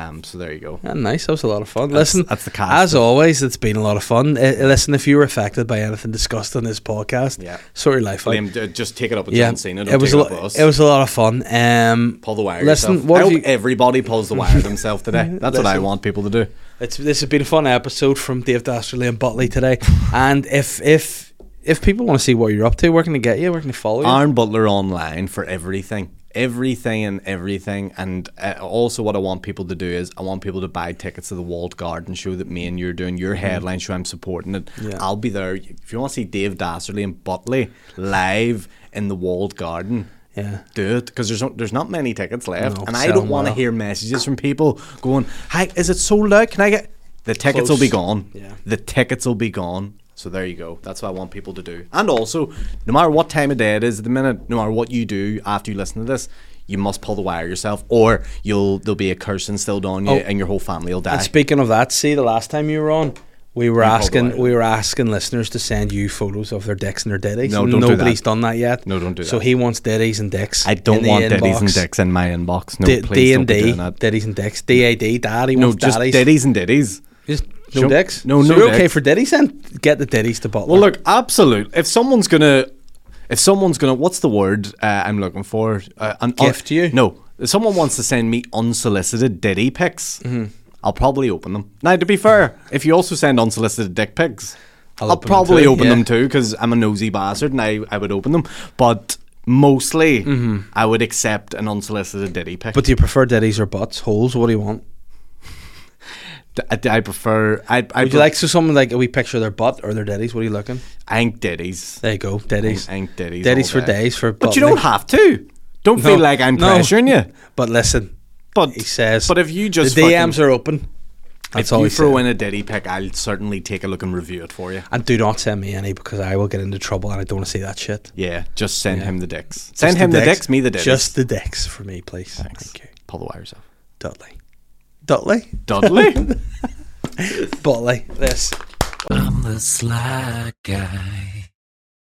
C: Um. So there you go.
A: Ah, nice, that was a lot of fun. Listen,
C: that's the cast.
A: as always, it's been a lot of fun. Uh, listen, if you were affected by anything discussed on this podcast,
C: Yeah.
A: sort your life out.
C: Liam, d- just take it up with
A: yeah,
C: John Cena. Don't
A: it was a
C: take it, up
A: lot.
C: with us.
A: It was a lot of fun. Um,
C: pull the wire.
A: Listen,
C: yourself.
A: what
C: I
A: have
C: hope
A: you-
C: everybody pulls the wire themselves today. That's what I want people to do.
A: It's this has been a fun episode from Dave Dastardly and Butley today. and if if if people want to see what you're up to, where can they get you? Where can they follow you?
C: Aaron Butler online for everything. Everything and everything, and uh, also what I want people to do is I want people to buy tickets to the Walled Garden show that me and you're doing. Your headline show, I'm supporting it.
A: Mm-hmm. Yeah.
C: I'll be there. If you want to see Dave Dastardly and Butley live in the Walled Garden,
A: Yeah.
C: do it because there's no, there's not many tickets left,
A: No,
C: and I
A: sell
C: don't
A: them
C: want to
A: well.
C: hear messages from people going, "Hi, is it sold out? Can I get?" The tickets will be
A: Close.
C: gone.
A: Yeah.
C: The tickets will be gone. So there you go. That's what I want people to do. And also, no matter what time of day it is at the minute, no matter what you do after you listen to this, you must pull the wire yourself, or you'll there'll be a curse instilled on you,
A: Oh.
C: and your whole family will die.
A: And speaking of that, see the last time you were on, we were asking
C: wire.
A: we were asking listeners to send you photos of their dicks and their ditties.
C: No,
A: and
C: don't do
A: nobody's
C: that.
A: done that yet.
C: No, don't do
A: So
C: that.
A: he wants ditties and dicks.
C: I
A: in
C: don't
A: the
C: want daddies and
A: inbox.
C: dicks in my inbox. No,
A: D-
C: please
A: D
C: don't
A: and
C: be
A: D,
C: doing that.
A: ditties and dicks. D A D, daddy
C: No,
A: wants
C: just
A: daddies.
C: daddies and ditties.
A: Just no
C: Sure.
A: dicks.
C: No,
A: So
C: no
A: you're okay
C: dicks.
A: for ditties then? Get the ditties to Butler.
C: Well, look, absolute. If someone's gonna, if someone's gonna, what's the word uh, I'm looking for? Uh, an
A: Gift you?
C: No, if someone wants to send me unsolicited ditty pics,
A: Mm-hmm.
C: I'll probably open them. Now, to be fair, if you also send unsolicited dick pics, I'll,
A: I'll open them
C: probably
A: too,
C: open
A: yeah.
C: them too because I'm a nosy bastard and I, I would open them, but. Mostly, I would accept an unsolicited ditty pic.
A: Mm-hmm. But do you prefer ditties or butts? Holes? What do you want?
C: D- I, I prefer. I, I
A: Would you like so someone like we picture their butt or their daddies? What are you looking?
C: I ain't ditties.
A: There you go, daddies.
C: I ain't daddies
A: Daddies
C: all
A: for
C: day.
A: days for.
C: But you don't have to. Don't feel like I'm pressuring you.
A: But listen,
C: But
A: he says.
C: But if you just
A: the DMs
C: fucking-
A: are open, that's
C: if
A: all
C: you
A: he
C: throw
A: said.
C: in a Diddy pick, I'll certainly take a look and review it for you.
A: And do not send me any because I will get into trouble and I don't want to see that shit.
C: Yeah, just send him the dicks.
A: Just
C: Send him the dicks. me the dicks.
A: Just the dicks for me, please. Thank you,
C: pull the wires off.
A: Dudley. Dudley,
C: Dudley.
A: Butley. This.
B: I'm the sly guy.